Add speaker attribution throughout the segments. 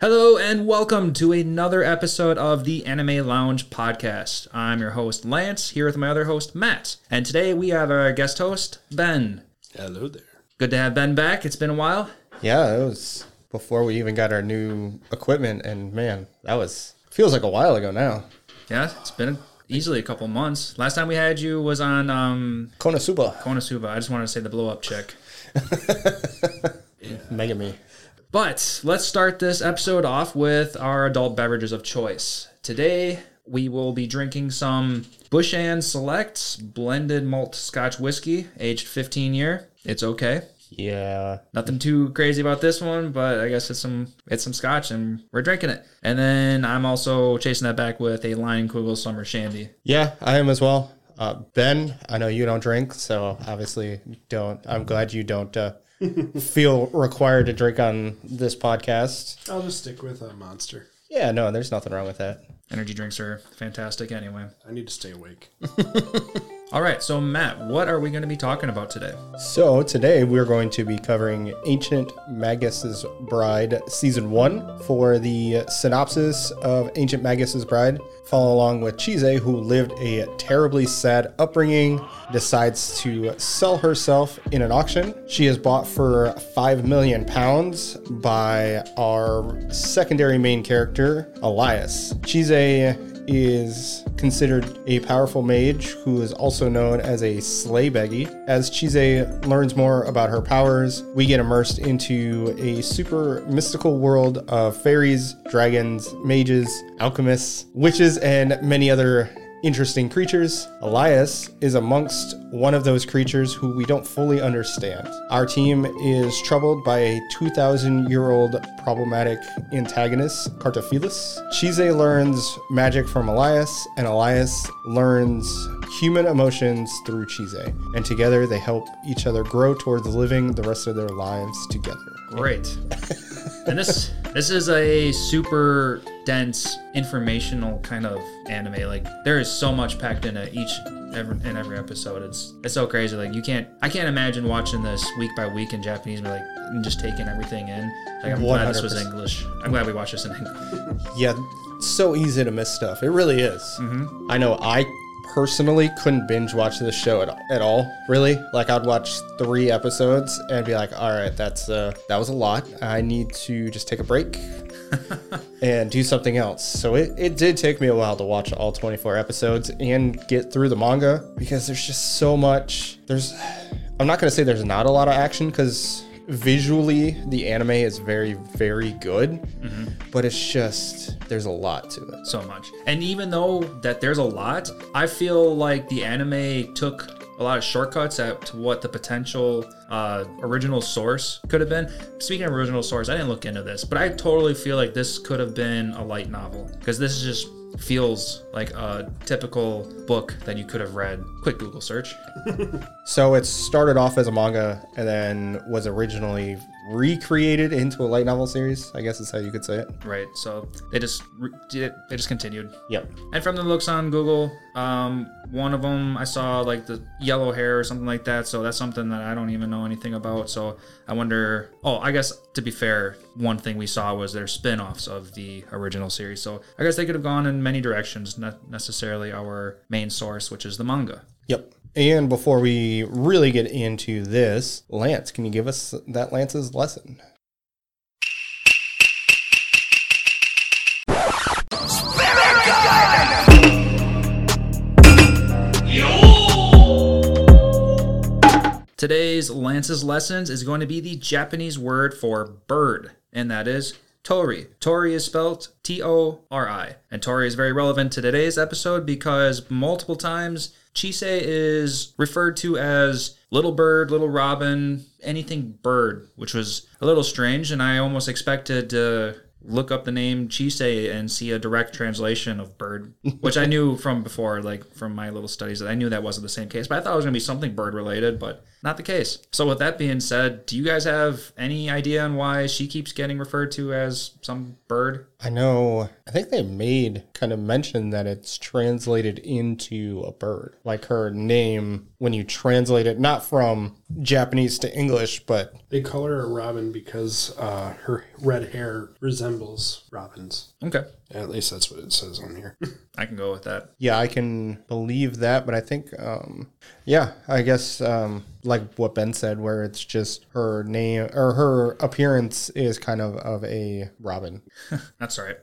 Speaker 1: Hello and welcome to another episode of the Anime Lounge podcast. I'm your host Lance here with my other host Matt, and today we have our guest host Ben.
Speaker 2: Hello there.
Speaker 1: Good to have Ben back. It's been a while.
Speaker 3: Yeah, it was before we even got our new equipment, and man, that was feels like a while ago now.
Speaker 1: Yeah, it's been easily a couple months. Last time we had you was on um,
Speaker 3: Konosuba,
Speaker 1: Konosuba. I just wanted to say the blow up chick.
Speaker 3: Megami.
Speaker 1: But let's start this episode off with our adult beverages of choice. Today, we will be drinking some Bush and Selects blended malt scotch whiskey, aged 15 year. It's okay.
Speaker 3: Yeah,
Speaker 1: Nothing too crazy about this one, but I guess it's some it's some scotch and we're drinking it. And then I'm also chasing that back with a Lion Kugel Summer Shandy.
Speaker 3: yeah, I am as well. Uh, ben, I know you don't drink, so obviously don't. I'm glad you don't uh, feel required to drink on this podcast.
Speaker 2: I'll just stick with a monster.
Speaker 3: Yeah, no, there's nothing wrong with that.
Speaker 1: Energy drinks are fantastic anyway.
Speaker 2: I need to stay awake.
Speaker 1: All right, so Matt, what are we going to be talking about today?
Speaker 3: So today we're going to be covering Ancient Magus's Bride Season 1 for the synopsis of Ancient Magus's Bride. Follow along with Chise, who lived a terribly sad upbringing, decides to sell herself in an auction. She is bought for 5 million pounds by our secondary main character, Elias. Chise is considered a powerful mage who is also known as a sleigh beggy. As Chise learns more about her powers, we get immersed into a super mystical world of fairies, dragons, mages, alchemists, witches, and many other interesting creatures. Elias is amongst one of those creatures who we don't fully understand. Our team is troubled by a 2,000 year old problematic antagonist, Cartophilus. Chise learns magic from Elias, and Elias learns human emotions through Chise. And together they help each other grow towards living the rest of their lives together.
Speaker 1: Great. and this this is a super dense informational kind of anime. Like there is so much packed into each every, in every episode. It's it's so crazy. Like you can't I can't imagine watching this week by week in Japanese and like and just taking everything in. Like I'm glad this was
Speaker 3: 100%.
Speaker 1: English. I'm glad we watched this in English.
Speaker 3: Yeah, so easy to miss stuff. It really is. I know I personally couldn't binge watch this show at, at all, really. Like, I'd watch three episodes and be like, all right, that's uh, that was a lot. I need to just take a break and do something else. So it, it did take me a while to watch all 24 episodes and get through the manga because there's just so much. There's, I'm not going to say there's not a lot of action because visually the anime is very, very good, but it's just, there's a lot to it.
Speaker 1: so much. And even though that there's a lot, I feel like the anime took a lot of shortcuts at to what the potential uh, original source could have been. Speaking of original source, I didn't look into this, but I totally feel like this could have been a light novel because this just feels like a typical book that you could have read. Quick Google search.
Speaker 3: So it started off as a manga and then was originally recreated into a light novel series, I guess is how you could say it.
Speaker 1: Right. So they just re- did it. They just continued.
Speaker 3: Yep.
Speaker 1: And from the looks on Google, um, one of them I saw like the yellow hair or something like that. So that's something that I don't even know anything about. So I wonder. Oh, I guess to be fair, one thing we saw was their spin-offs of the original series. So I guess they could have gone in many directions, not necessarily our main source, which is the manga.
Speaker 3: Yep. And before we really get into this, Lance, can you give us that Lance's lesson?
Speaker 1: Today's Lance's Lessons is going to be the Japanese word for bird, and that is tori. Tori is spelled T O R I. And tori is very relevant to today's episode because multiple times Chise is referred to as little bird, little robin, anything bird, which was a little strange, and I almost expected to. Look up the name Chise and see a direct translation of bird, which I knew from before, like from my little studies, that I knew that wasn't the same case. But I thought it was going to be something bird related, but Not the case. So, with that being said, do you guys have any idea on why she keeps getting referred to as some bird?
Speaker 3: I know. I think they made kind of mention that it's translated into a bird. Like her name, when you translate it, not from Japanese to English, but
Speaker 2: They call her a robin because uh, her red hair resembles robins.
Speaker 1: Okay,
Speaker 2: At least that's what it says on here.
Speaker 1: I can go with that.
Speaker 3: yeah, I can believe that. But I think, um, yeah, I guess um, like what Ben said, where it's just her name or her appearance is kind of of a robin.
Speaker 1: That's all right.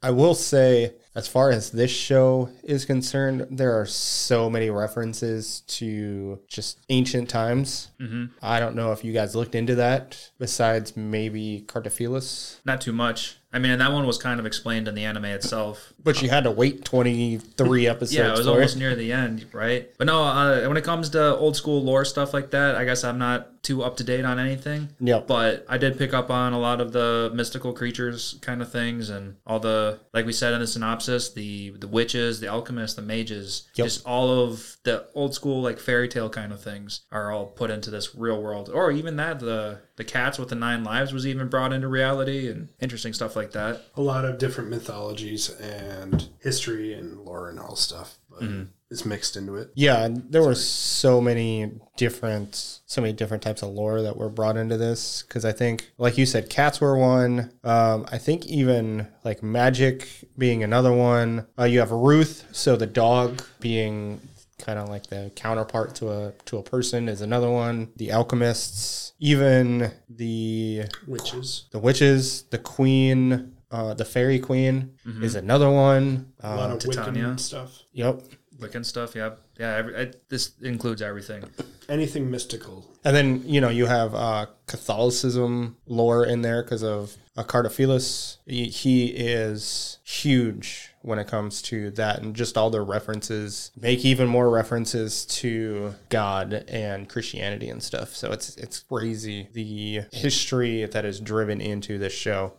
Speaker 3: I will say, as far as this show is concerned, there are so many references to just ancient times.
Speaker 1: Mm-hmm.
Speaker 3: I don't know if you guys looked into that, besides maybe Cartaphilus,
Speaker 1: Not too much. I mean, and that one was kind of explained in the anime itself.
Speaker 3: but you had to wait 23 episodes
Speaker 1: Yeah, it was
Speaker 3: for
Speaker 1: almost
Speaker 3: it.
Speaker 1: near the end, right? But no, uh, when it comes to old school lore stuff like that, I guess I'm not too up to date on anything.
Speaker 3: Yep.
Speaker 1: But I did pick up on a lot of the mystical creatures kind of things and all the like we said in the synopsis, the the witches, the alchemists, the mages,
Speaker 3: Yep.
Speaker 1: just all of the old school like fairy tale kind of things are all put into this real world. Or even that the the cats with the nine lives was even brought into reality and interesting stuff like that.
Speaker 2: a lot of different mythologies and history and lore and all stuff, but it's mixed into it.
Speaker 3: Yeah, and there were so many different, so many different types of lore that were brought into this. Because I think, like you said, cats were one. Um, I think even like magic being another one. Uh, you have Ruth, so the dog being kind of like the counterpart to a to a person is another one. The alchemists, even the
Speaker 2: Witches.
Speaker 3: the witches, the queen. Uh, the fairy queen is another one.
Speaker 2: A
Speaker 3: Uh,
Speaker 2: lot of
Speaker 1: Titania.
Speaker 2: Wiccan stuff.
Speaker 3: yep.
Speaker 1: Wiccan stuff, yeah. Yeah, every, I, this includes everything.
Speaker 2: Anything mystical.
Speaker 3: And then you know you have uh, Catholicism lore in there because of uh, Cardophilus. He, he is huge when it comes to that, and just all the references make even more references to God and Christianity and stuff. So it's it's crazy the history that is driven into this show,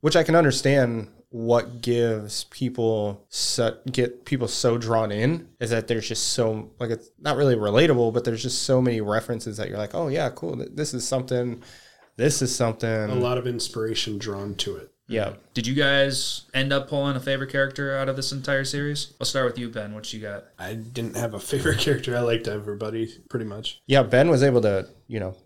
Speaker 3: which I can understand what gives people so, get people so drawn in is that there's just so like it's not really relatable, but there's just so many references that you're like, oh yeah, cool. th- This is something. This is
Speaker 2: A
Speaker 3: something.
Speaker 2: lot of inspiration drawn to it.
Speaker 3: Yeah.
Speaker 1: Did you guys end up pulling a favorite character out of this entire series? I'll start with you, Ben. What you got?
Speaker 2: I didn't have a favorite character. I liked everybody pretty much.
Speaker 3: Yeah. Ben was able to you know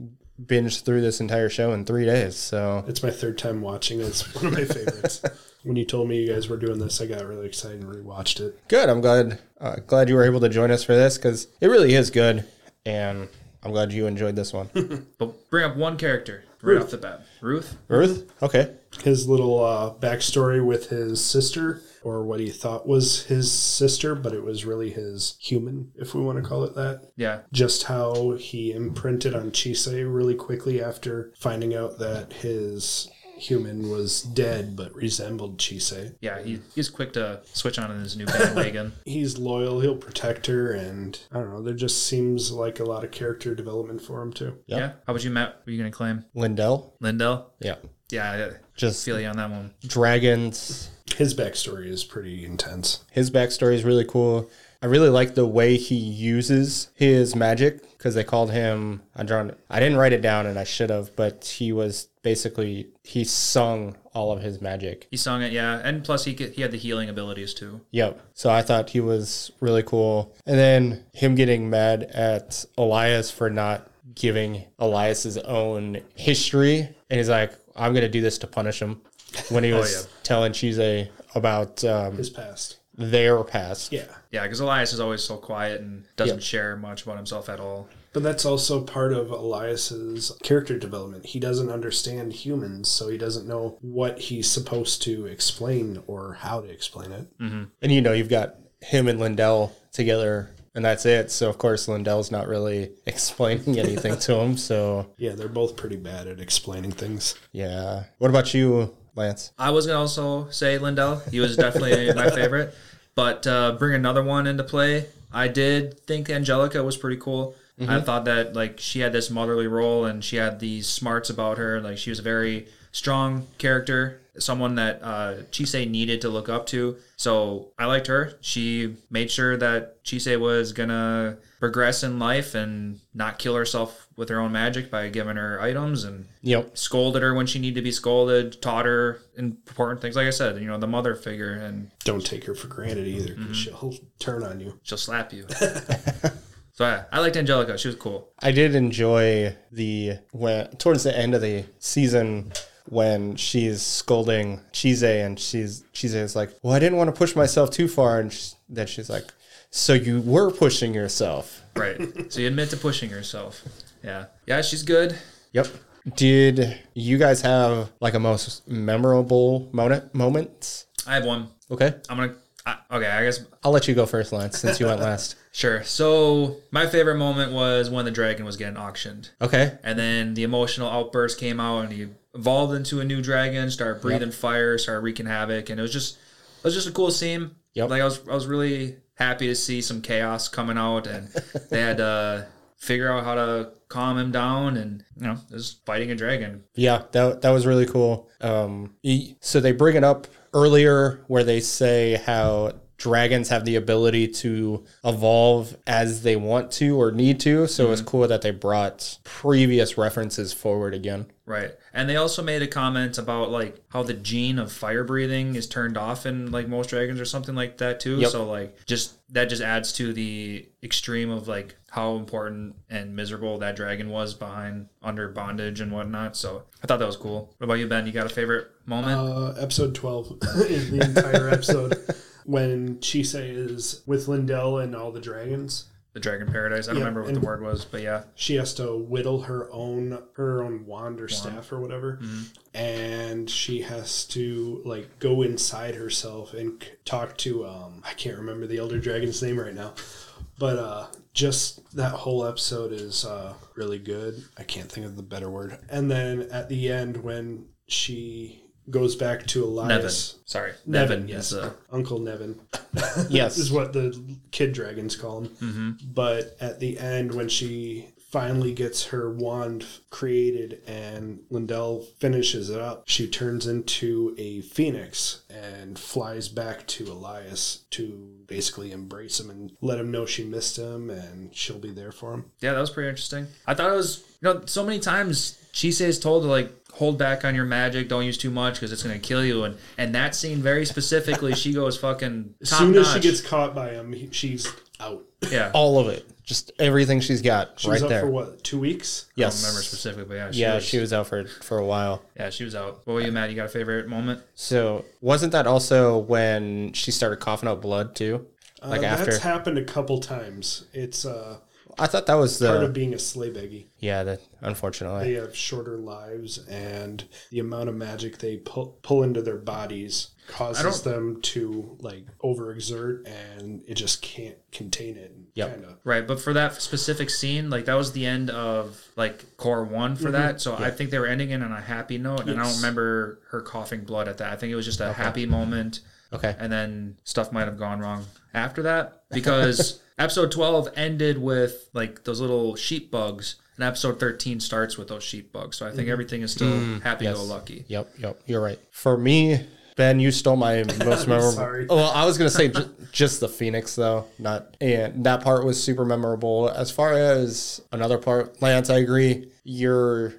Speaker 3: binge through this entire show in three days. So
Speaker 2: It's my third time watching. It's one of my favorites. when you told me you guys were doing this, I got really excited and rewatched it.
Speaker 3: good. I'm glad. Uh, glad you were able to join us for this because it really is good, and I'm glad you enjoyed this one.
Speaker 1: But bring up one character right off the bat. Ruth?
Speaker 3: Ruth. Okay.
Speaker 2: His little uh, backstory with his sister, or what he thought was his sister, but it was really his human, if we want to call it that.
Speaker 1: Yeah.
Speaker 2: just how he imprinted on Chise really quickly after finding out that his human was dead but resembled Chise.
Speaker 1: Yeah, he, he's quick to switch on in his new bandwagon.
Speaker 2: He's loyal, he'll protect her, and I don't know, there just seems like a lot of character development for him too.
Speaker 3: Yep.
Speaker 1: Yeah. How about you, Matt? Were you going to claim
Speaker 3: Lindell.
Speaker 1: Lindell?
Speaker 3: Yeah.
Speaker 1: Yeah, I
Speaker 3: Just
Speaker 1: feel you on that one.
Speaker 3: dragons.
Speaker 2: His backstory is pretty intense.
Speaker 3: His backstory is really cool. I really like the way he uses his magic because they called him. I drawn. I didn't write it down, and I should have. But he was basically he sung all of his magic.
Speaker 1: He sung it, yeah. And plus, he, could, he had the healing abilities too.
Speaker 3: Yep. So I thought he was really cool. And then him getting mad at Elias for not giving Elias's own history. And he's like, I'm going to do this to punish him. When he was telling Chise about um,
Speaker 2: His past.
Speaker 3: their past.
Speaker 2: Yeah.
Speaker 1: Yeah, because Elias is always so quiet and doesn't
Speaker 3: Yeah.
Speaker 1: share much about himself at all.
Speaker 2: But that's also part of Elias's character development. He doesn't understand humans, so he doesn't know what he's supposed to explain or how to explain it.
Speaker 3: And you know, you've got him and Lindell together. And that's it. So of course Lindell's not really explaining anything to him. So
Speaker 2: Yeah, they're both pretty bad at explaining things.
Speaker 3: yeah. What about you, Lance?
Speaker 1: I was gonna also say Lindell. He was definitely my favorite, but uh, bring another one into play. I did think Angelica was pretty cool. I thought that like she had this motherly role and she had these smarts about her. Like she was a very strong character, someone that uh, Chise needed to look up to. So I liked her. She made sure that Chise was gonna progress in life and not kill herself with her own magic by giving her items and
Speaker 3: Yep.
Speaker 1: scolded her when she needed to be scolded, taught her important things. Like I said, you know, the mother figure, and
Speaker 2: Don't take her for granted either, 'cause she'll turn on you.
Speaker 1: she'll slap you. so yeah, I liked Angelica. She was cool.
Speaker 3: I did enjoy the when towards the end of the season when she's scolding Chise and she's Chise is like, "Well, I didn't want to push myself too far," and sh then she's like, "So you were pushing yourself."
Speaker 1: Right. So you admit to pushing herself. Yeah. Yeah, she's good.
Speaker 3: Yep. Did you guys have like a most memorable moment? Moments?
Speaker 1: I have one.
Speaker 3: Okay,
Speaker 1: I'm gonna. I, okay, I guess
Speaker 3: I'll let you go first, Lance, since you went last.
Speaker 1: sure. So my favorite moment was when the dragon was getting auctioned,
Speaker 3: Okay.
Speaker 1: and then the emotional outburst came out, and he evolved into a new dragon, started breathing fire, started wreaking havoc, and it was just it was just a cool scene.
Speaker 3: Yep.
Speaker 1: Like I was I was really happy to see some chaos coming out, and they had to figure out how to calm him down, and you know, just fighting a dragon.
Speaker 3: Yeah, that that was really cool. Um, e- so they bring it up earlier where they say how dragons have the ability to evolve as they want to or need to. So
Speaker 2: Mm-hmm.
Speaker 3: it's cool that they brought previous references forward again.
Speaker 1: Right. And they also made a comment about like how the gene of fire breathing is turned off in like most dragons or something like that too.
Speaker 3: Yep.
Speaker 1: So like just that just adds to the extreme of like how important and miserable that dragon was behind under bondage and whatnot. So I thought that was cool. What about you, Ben? You got a favorite moment?
Speaker 2: Uh, episode 12 is the entire episode when Chise is with Lindell and all the dragons.
Speaker 1: the dragon paradise. I don't
Speaker 2: yeah,
Speaker 1: remember what
Speaker 2: and-
Speaker 1: the word was, but yeah.
Speaker 2: she has to whittle her own her own wand Mm-hmm. or staff or whatever and she has to like go inside herself and c- talk to um i can't remember the elder dragon's name right now but uh just that whole episode is uh really good i can't think of the better word and then at the end when she goes back to
Speaker 1: Nevin.
Speaker 2: elias
Speaker 1: Sorry.
Speaker 2: Nevin,
Speaker 1: Nevin,
Speaker 2: yes.
Speaker 1: is uh,
Speaker 2: Uncle Nevin.
Speaker 3: Yes.
Speaker 2: is what the kid dragons call him. But at the end, when she finally gets her wand created and Lindell finishes it up, she turns into a phoenix and flies back to Elias to basically embrace him and let him know she missed him and she'll be there for him.
Speaker 1: Yeah, that was pretty interesting. I thought it was, you know, so many times Chise is told to like hold back on your magic, don't use too much because it's gonna kill you. And and that scene very specifically, she goes fucking
Speaker 2: As
Speaker 1: top
Speaker 2: soon as she
Speaker 1: notch.
Speaker 2: gets caught by him, he, she's out.
Speaker 1: yeah,
Speaker 3: All of it. Just everything she's got
Speaker 2: She was
Speaker 3: right
Speaker 2: out
Speaker 3: there.
Speaker 2: for what, two weeks?
Speaker 1: I don't remember
Speaker 3: yes.
Speaker 1: specifically, but yeah, she
Speaker 3: yeah,
Speaker 1: was,
Speaker 3: she was out for for a while.
Speaker 1: yeah, she was out. What were you, Matt? You got a favorite moment?
Speaker 3: So wasn't that also when she started coughing up blood too? Like
Speaker 2: Uh,
Speaker 3: after
Speaker 2: That's happened a couple times. It's uh,
Speaker 3: I thought that was
Speaker 2: part
Speaker 3: the
Speaker 2: of being a sleigh beggy.
Speaker 3: yeah. That unfortunately.
Speaker 2: they have shorter lives and the amount of magic they pull, pull into their bodies causes
Speaker 1: don't-
Speaker 2: them to like overexert and it just can't contain it
Speaker 3: Yep.
Speaker 2: kind of
Speaker 1: Right, but for that specific scene, like that was the end of like core one for that. So I think they were ending it on a happy note, and I don't
Speaker 2: Mm-hmm. Yes.
Speaker 1: remember her coughing blood at that. I think it was just a happy moment.
Speaker 3: Okay.
Speaker 1: and then stuff might have gone wrong after that because episode 12 ended with like those little sheep bugs and episode 13 starts with those sheep bugs so i think everything is still happy-go-lucky
Speaker 3: Yep, yep, you're right. For me, Ben, you stole my most memorable.
Speaker 2: sorry.
Speaker 3: Well, I was gonna say ju- just the Phoenix though, not and that part was super memorable. As far as another part, Lance, I agree. You're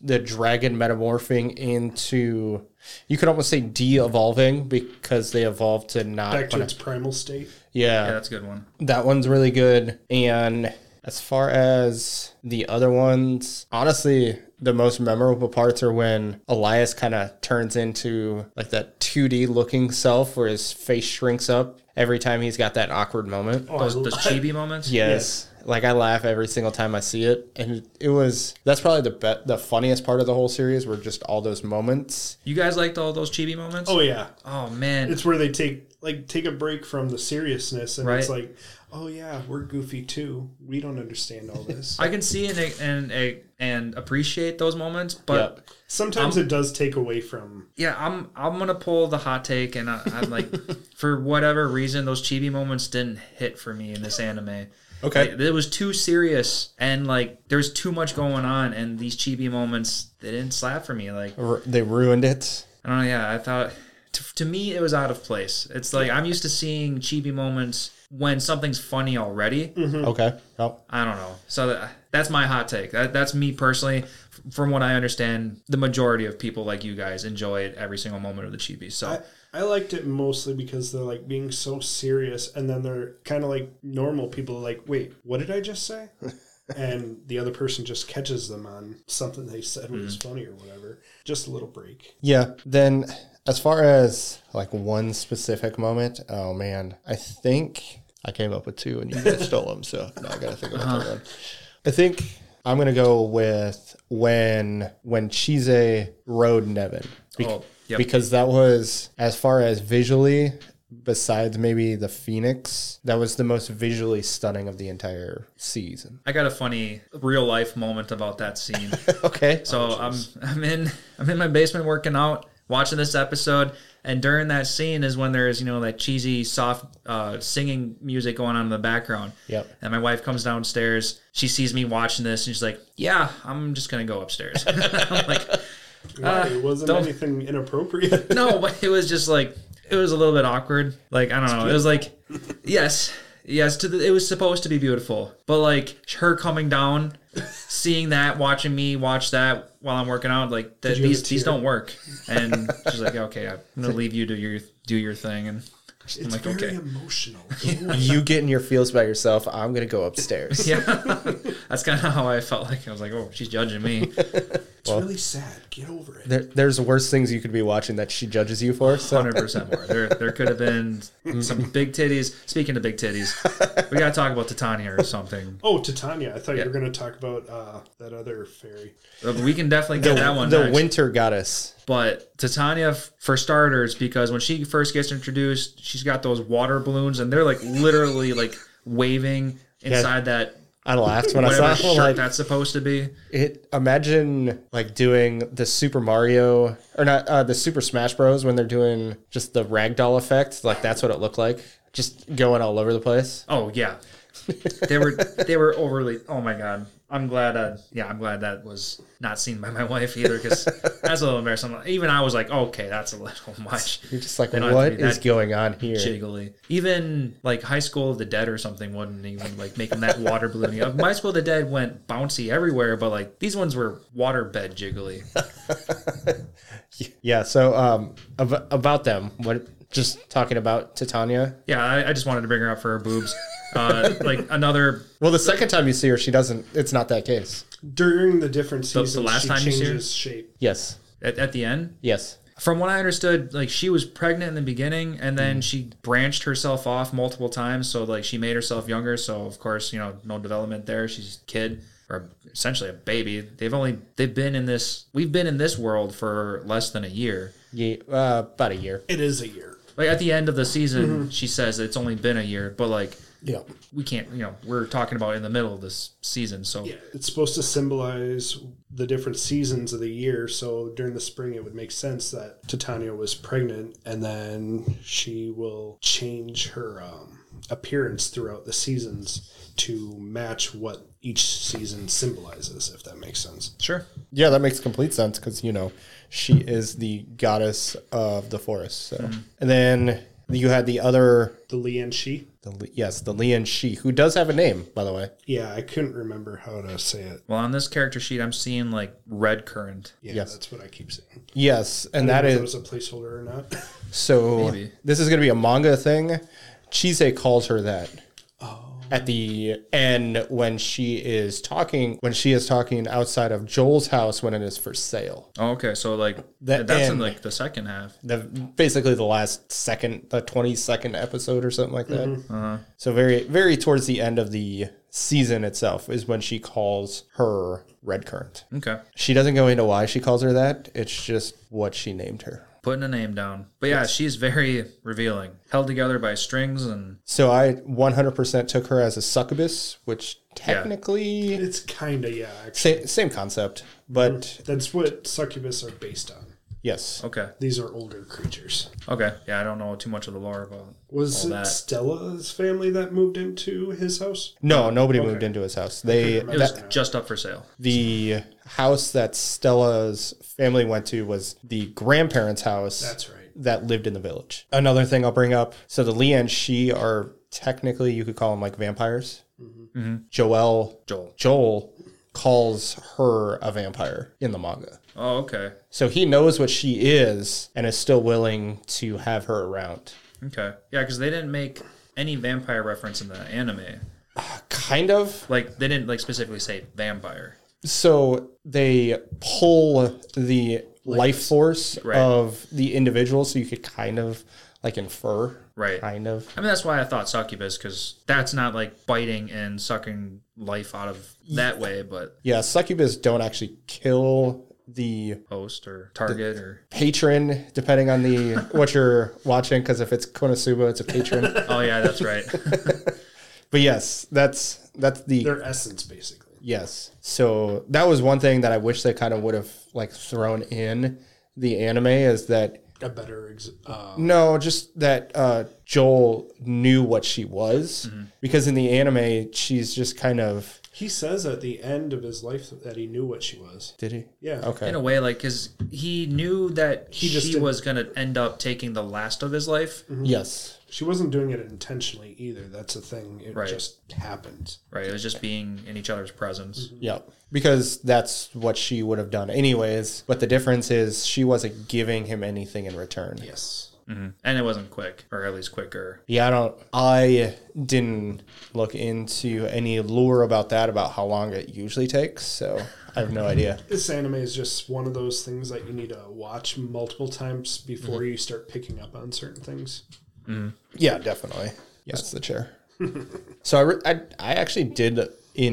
Speaker 3: the dragon metamorphing into. You could almost say de-evolving because they evolved to not.
Speaker 2: back to
Speaker 3: wanna-
Speaker 2: its primal state
Speaker 1: yeah
Speaker 3: yeah,
Speaker 1: that's a good one
Speaker 3: that one's really good. And as far as the other ones, honestly, the most memorable parts are when Elias kind of turns into like that 2D looking self where his face shrinks up every time he's got that awkward moment.
Speaker 2: oh,
Speaker 1: those,
Speaker 2: I-
Speaker 1: those chibi moments
Speaker 3: Yes. Like I laugh every single time I see it, and it was that's probably the be- the funniest part of the whole series were just all those moments.
Speaker 1: you guys liked all those chibi moments
Speaker 2: oh yeah
Speaker 1: Oh, man
Speaker 2: it's where they take like take a break from the seriousness and it's
Speaker 1: Right.
Speaker 2: like oh yeah we're goofy too we don't understand all this
Speaker 1: i can see and and and appreciate those moments but
Speaker 3: Yep.
Speaker 2: sometimes it does take away from
Speaker 1: yeah i'm i'm gonna pull the hot take and I, i'm like for whatever reason those chibi moments didn't hit for me in this anime
Speaker 3: Okay.
Speaker 1: Like, it was too serious and like there's too much going on and these chibi moments they didn't slap for me like
Speaker 3: Ru- they ruined it.
Speaker 1: I don't know. Yeah, I thought to, to me it was out of place. It's like I'm used to seeing chibi moments when something's funny already.
Speaker 3: Okay. Oh,
Speaker 1: I don't know. So that, that's my hot take. That, that's me personally. F- From what I understand, the majority of people like you guys enjoyed every single moment of the chibi. So
Speaker 2: I, I liked it mostly because they're like being so serious and then they're kind of like normal people are like, wait, what did I just say? and the other person just catches them on something they said was
Speaker 1: Hmm.
Speaker 2: funny or whatever. Just a little break.
Speaker 3: Yeah. Then, as far as like one specific moment, oh man, I think I came up with two and you guys stole them. So now I got to think about
Speaker 1: Uh-huh.
Speaker 3: that one. I think I'm gonna go with when when Chize rode Nevin. Bec-
Speaker 1: Oh, yep.
Speaker 3: Because that was as far as visually. Besides maybe the Phoenix, that was the most visually stunning of the entire season.
Speaker 1: I got a funny real life moment about that scene.
Speaker 3: Okay.
Speaker 1: So I'm I'm in I'm in my basement working out, watching this episode, and during that scene is when there's you know that cheesy soft uh, singing music going on in the background.
Speaker 3: Yep.
Speaker 1: And my wife comes downstairs. She sees me watching this, and she's like, "Yeah, I'm just gonna go upstairs." I'm like,
Speaker 2: Why? it wasn't
Speaker 1: Ah, don't-
Speaker 2: anything inappropriate.
Speaker 1: "No," but it was just like it was a little bit awkward. Like I don't know. It was like, yes. Yes, to the, it was supposed to be beautiful, but like her coming down, seeing that, watching me watch that while I'm working out, like th-
Speaker 2: you have a
Speaker 1: these these
Speaker 2: tear?
Speaker 1: don't work. And she's like, okay, I'm gonna leave you to your do your thing, and
Speaker 2: It's
Speaker 1: like,
Speaker 2: very
Speaker 1: okay.
Speaker 2: emotional.
Speaker 3: you getting your feels by yourself. I'm gonna go upstairs.
Speaker 1: yeah, that's kind of how I felt. Like I was like, oh, she's judging me.
Speaker 2: It's really sad. Get over it.
Speaker 3: There, there's worse things you could be watching that she judges you for. So
Speaker 1: hundred percent more. There, there could have been some big titties. Speaking of big titties, we gotta talk about Titania or something.
Speaker 2: Oh, Titania. I thought you were going to talk about uh, that other fairy.
Speaker 1: Uh, We can definitely get that one.
Speaker 3: the
Speaker 1: next.
Speaker 3: winter goddess.
Speaker 1: But Titania, f- for starters, because when she first gets introduced, she's got those water balloons, and they're like literally like waving inside that
Speaker 3: I laughed when I
Speaker 1: whatever
Speaker 3: saw it.
Speaker 1: shirt
Speaker 3: Like,
Speaker 1: that's supposed to be.
Speaker 3: it. Imagine like doing the Super Mario or not uh, the Super Smash Bros. when they're doing just the ragdoll effect. Like that's what it looked like. Just going all over the place.
Speaker 1: Oh yeah, they were they were overly. Oh my god, I'm glad. Uh, yeah, I'm glad that was not seen by my wife either because that's a little embarrassing. Even I was like, okay, that's a little much.
Speaker 3: You're just like,
Speaker 1: They don't have
Speaker 3: what
Speaker 1: to be
Speaker 3: is
Speaker 1: that
Speaker 3: going on here?
Speaker 1: Jiggly. Even like High School of the Dead or something wouldn't even like making that water balloon. Uh, My School of the Dead went bouncy everywhere, but like these ones were waterbed jiggly.
Speaker 3: Yeah. So um, ab- about them. What? Just talking about Titania.
Speaker 1: Yeah, I, I just wanted to bring her up for her boobs. Uh, like another
Speaker 3: Well, the second time you see her, she doesn't. It's not that case.
Speaker 2: During the different seasons,
Speaker 1: last
Speaker 2: she
Speaker 1: time you see her?
Speaker 2: changes shape.
Speaker 3: Yes.
Speaker 1: at, at the end.
Speaker 3: Yes.
Speaker 1: From what I understood, like she was pregnant in the beginning, and then she branched herself off multiple times. So like she made herself younger. So of course, you know, no development there. She's a kid or essentially a baby. They've only they've been in this. We've been in this world for less than a year.
Speaker 3: Yeah, uh, about a year.
Speaker 2: It is a year.
Speaker 1: Like at the end of the season, she says it's only been a year, but like
Speaker 3: Yeah.
Speaker 1: we can't, you know, we're talking about in the middle of this season. So
Speaker 2: Yeah, it's supposed to symbolize the different seasons of the year. So during the spring, it would make sense that Titania was pregnant, and then she will change her um, appearance throughout the seasons to match what each season symbolizes. If that makes sense.
Speaker 1: sure.
Speaker 3: Yeah, that makes complete sense because, you know, she is the goddess of the forest. So. And then you had the other,
Speaker 2: The Lian Shi.
Speaker 3: the, Li- yes, the Lian Shi, who does have a name, by the way.
Speaker 2: Yeah, I couldn't remember how to say it.
Speaker 1: Well, on this character sheet, I'm seeing like red current.
Speaker 2: Yeah,
Speaker 3: Yes.
Speaker 2: that's what I keep saying.
Speaker 3: Yes. And that
Speaker 2: That
Speaker 3: is,
Speaker 2: was a placeholder or not?
Speaker 3: so
Speaker 1: Maybe.
Speaker 3: this is going to be a manga thing. Chise calls her that. At the end, when she is talking, when she is talking outside of Joel's house when it is for sale,
Speaker 1: Oh, okay. So like
Speaker 3: That-
Speaker 1: that's in
Speaker 3: and-
Speaker 1: like the second half.
Speaker 3: the basically the last second, the twenty second episode or something like that.
Speaker 2: Mm-hmm. Uh-huh.
Speaker 3: So very, very towards the end of the season itself is when she calls her Red Current.
Speaker 1: Okay.
Speaker 3: She doesn't go into why she calls her that. It's just what she named her.
Speaker 1: Putting a name down. But yeah, she's very revealing. Held together by strings and
Speaker 3: So I 100% took her as a succubus, which technically
Speaker 2: it's kind of yeah. Actually, Mm-hmm.
Speaker 3: same, same concept, but
Speaker 2: that's what succubus are based on.
Speaker 3: Yes.
Speaker 1: Okay.
Speaker 2: These are older creatures.
Speaker 1: Okay. Yeah, I don't know too much of the lore about.
Speaker 2: Was
Speaker 1: All
Speaker 2: it
Speaker 1: that.
Speaker 2: Stella's family that moved into his house?
Speaker 3: No, nobody
Speaker 2: Okay.
Speaker 3: moved into his house. They
Speaker 1: It
Speaker 2: remember.
Speaker 3: that,
Speaker 1: was just up for sale.
Speaker 3: the house that Stella's family went to was the grandparents' house.
Speaker 2: That's right.
Speaker 3: that lived in the village. Another thing I'll bring up. So the Lee and she are technically you could call them like vampires. Joel
Speaker 1: Mm-hmm. Joel.
Speaker 3: Joel calls her a vampire in the manga.
Speaker 1: Oh, okay.
Speaker 3: So he knows what she is and is still willing to have her around.
Speaker 1: Okay. Yeah, because they didn't make any vampire reference in the anime.
Speaker 3: Kind of.
Speaker 1: Like they didn't like specifically say vampire.
Speaker 3: So they pull the life force
Speaker 1: Right.
Speaker 3: of the individual so you could kind of like infer.
Speaker 1: Right.
Speaker 3: Kind of.
Speaker 1: I mean, that's why I thought succubus, because that's not like biting and sucking life out of that way, but
Speaker 3: Yeah, succubus don't actually kill the
Speaker 1: host or target or.
Speaker 3: patron, depending on the what you're watching. Because if it's Konosuba, it's a patron.
Speaker 1: Oh, yeah, that's right.
Speaker 3: but yes, that's that's the
Speaker 2: Their essence, basically.
Speaker 3: yes. So that was one thing that I wish they kind of would have like thrown in the anime is that
Speaker 2: A better ex- uh,
Speaker 3: no, just that uh, Joel knew what she was
Speaker 1: Mm-hmm.
Speaker 3: because in the anime she's just kind of
Speaker 2: He says at the end of his life that he knew what she was.
Speaker 3: did he
Speaker 2: Yeah.
Speaker 3: okay
Speaker 1: in a way, like, because he knew that he
Speaker 2: just
Speaker 1: she
Speaker 2: didn't- Mm-hmm.
Speaker 1: was going to end up taking the last of his life.
Speaker 3: yes
Speaker 2: She wasn't doing it intentionally either. That's the thing. It
Speaker 1: Right.
Speaker 2: just happened.
Speaker 1: Right. It was just being in each other's presence.
Speaker 2: Mm-hmm.
Speaker 3: Yeah, because that's what she would have done anyways. But the difference is she wasn't giving him anything in return.
Speaker 2: Yes.
Speaker 1: And it wasn't quick, or at least quicker.
Speaker 3: Yeah, I don't. I didn't look into any lore about that about how long it usually takes, so I have no idea.
Speaker 2: This anime is just one of those things that you need to watch multiple times before
Speaker 1: Mm-hmm.
Speaker 2: you start picking up on certain things.
Speaker 3: Yeah, definitely. Yes, the chair. so I, re- I, I actually did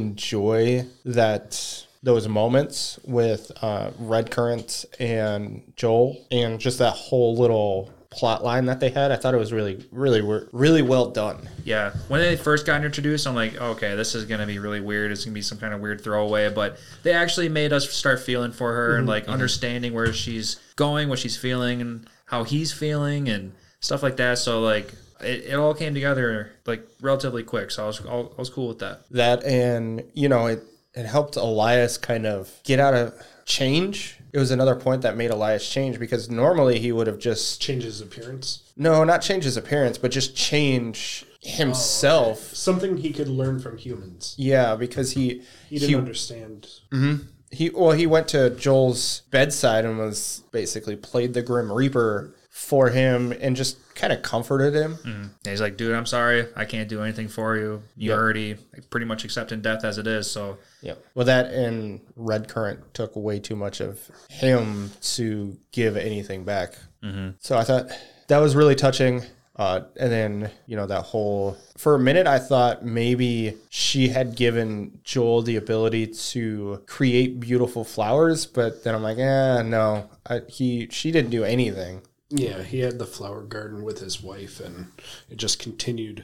Speaker 3: enjoy that those moments with uh, Red Current and Joel, and just that whole little plot line that they had. I thought it was really, really, wor- really well done.
Speaker 1: Yeah, when they first got introduced, I'm like, okay, this is gonna be really weird. It's gonna be some kind of weird throwaway. But they actually made us start feeling for her and like understanding where she's going, what she's feeling, and how he's feeling, and stuff like that. So like, it, it all came together like relatively quick. So I was I was cool with that.
Speaker 3: that and you know it it helped elias kind of get out of change it was another point that made elias change because normally he would have just
Speaker 2: Changes appearance.
Speaker 3: no not change his appearance but just change himself
Speaker 2: Something he could learn from humans.
Speaker 3: yeah because he
Speaker 2: He didn't understand.
Speaker 3: he well he went to joel's bedside and was basically played the grim reaper for him and just kind of comforted him
Speaker 1: And he's like, dude, I'm sorry, I can't do anything for you. You're already like, pretty much accepting death as it is. So
Speaker 3: Yeah. Well, that and Red Current took way too much of him to give anything back. Mm-hmm. So I thought that was really touching. Uh, and then, you know, that whole. For a minute, I thought maybe she had given Joel the ability to create beautiful flowers, but then I'm like, eh, no. I, he, she didn't do anything.
Speaker 2: Yeah, he had the flower garden with his wife, and it just continued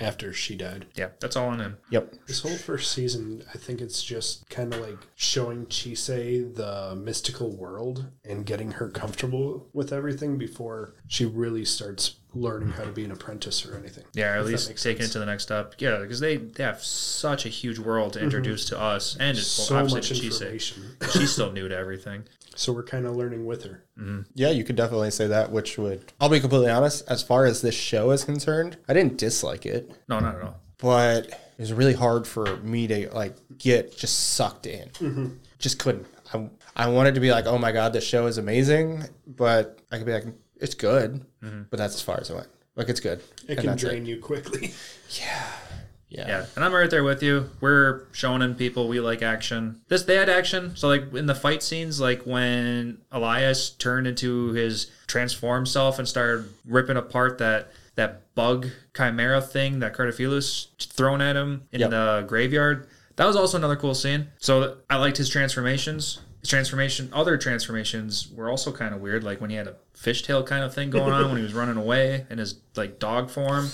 Speaker 2: after she died.
Speaker 1: yeah, that's all on him.
Speaker 3: Yep.
Speaker 2: This whole first season, I think it's just kind of like showing Chisei the mystical world and getting her comfortable with everything before she really starts learning how to be an apprentice or anything.
Speaker 1: Yeah, or at
Speaker 2: that
Speaker 1: least
Speaker 2: makes
Speaker 1: taking
Speaker 2: sense.
Speaker 1: it to the next step. Yeah, because they, they have such a huge world to introduce to us, and it's
Speaker 2: Mm-hmm. So
Speaker 1: well, obviously
Speaker 2: much
Speaker 1: to Chisei.
Speaker 2: information.
Speaker 1: She's still new to everything.
Speaker 2: So we're kind of learning with her.
Speaker 1: Mm.
Speaker 3: Yeah, you could definitely say that, which would. I'll be completely honest. As far as this show is concerned, I didn't dislike it.
Speaker 1: No, not at all.
Speaker 3: but it was really hard for me to like get just sucked in.
Speaker 2: Mm-hmm.
Speaker 3: Just couldn't. I, I wanted to be like, oh my god, this show is amazing, but I could be like, it's good, but that's as far as I went. Like it's good.
Speaker 2: Mm-hmm. It
Speaker 3: and
Speaker 2: can
Speaker 3: that's
Speaker 2: drain you quickly.
Speaker 3: Yeah.
Speaker 1: Yeah, and I'm right there with you. We're shonen people. We like action. This they had action. So like in the fight scenes, like when Elias turned into his transform self and started ripping apart that that bug chimera thing that Cardophilus thrown at him in
Speaker 3: Yep.
Speaker 1: the graveyard. That was also another cool scene. So I liked his transformations. His transformation, other transformations were also kind of weird. Like when he had a fishtail kind of thing going on when he was running away in his like dog form.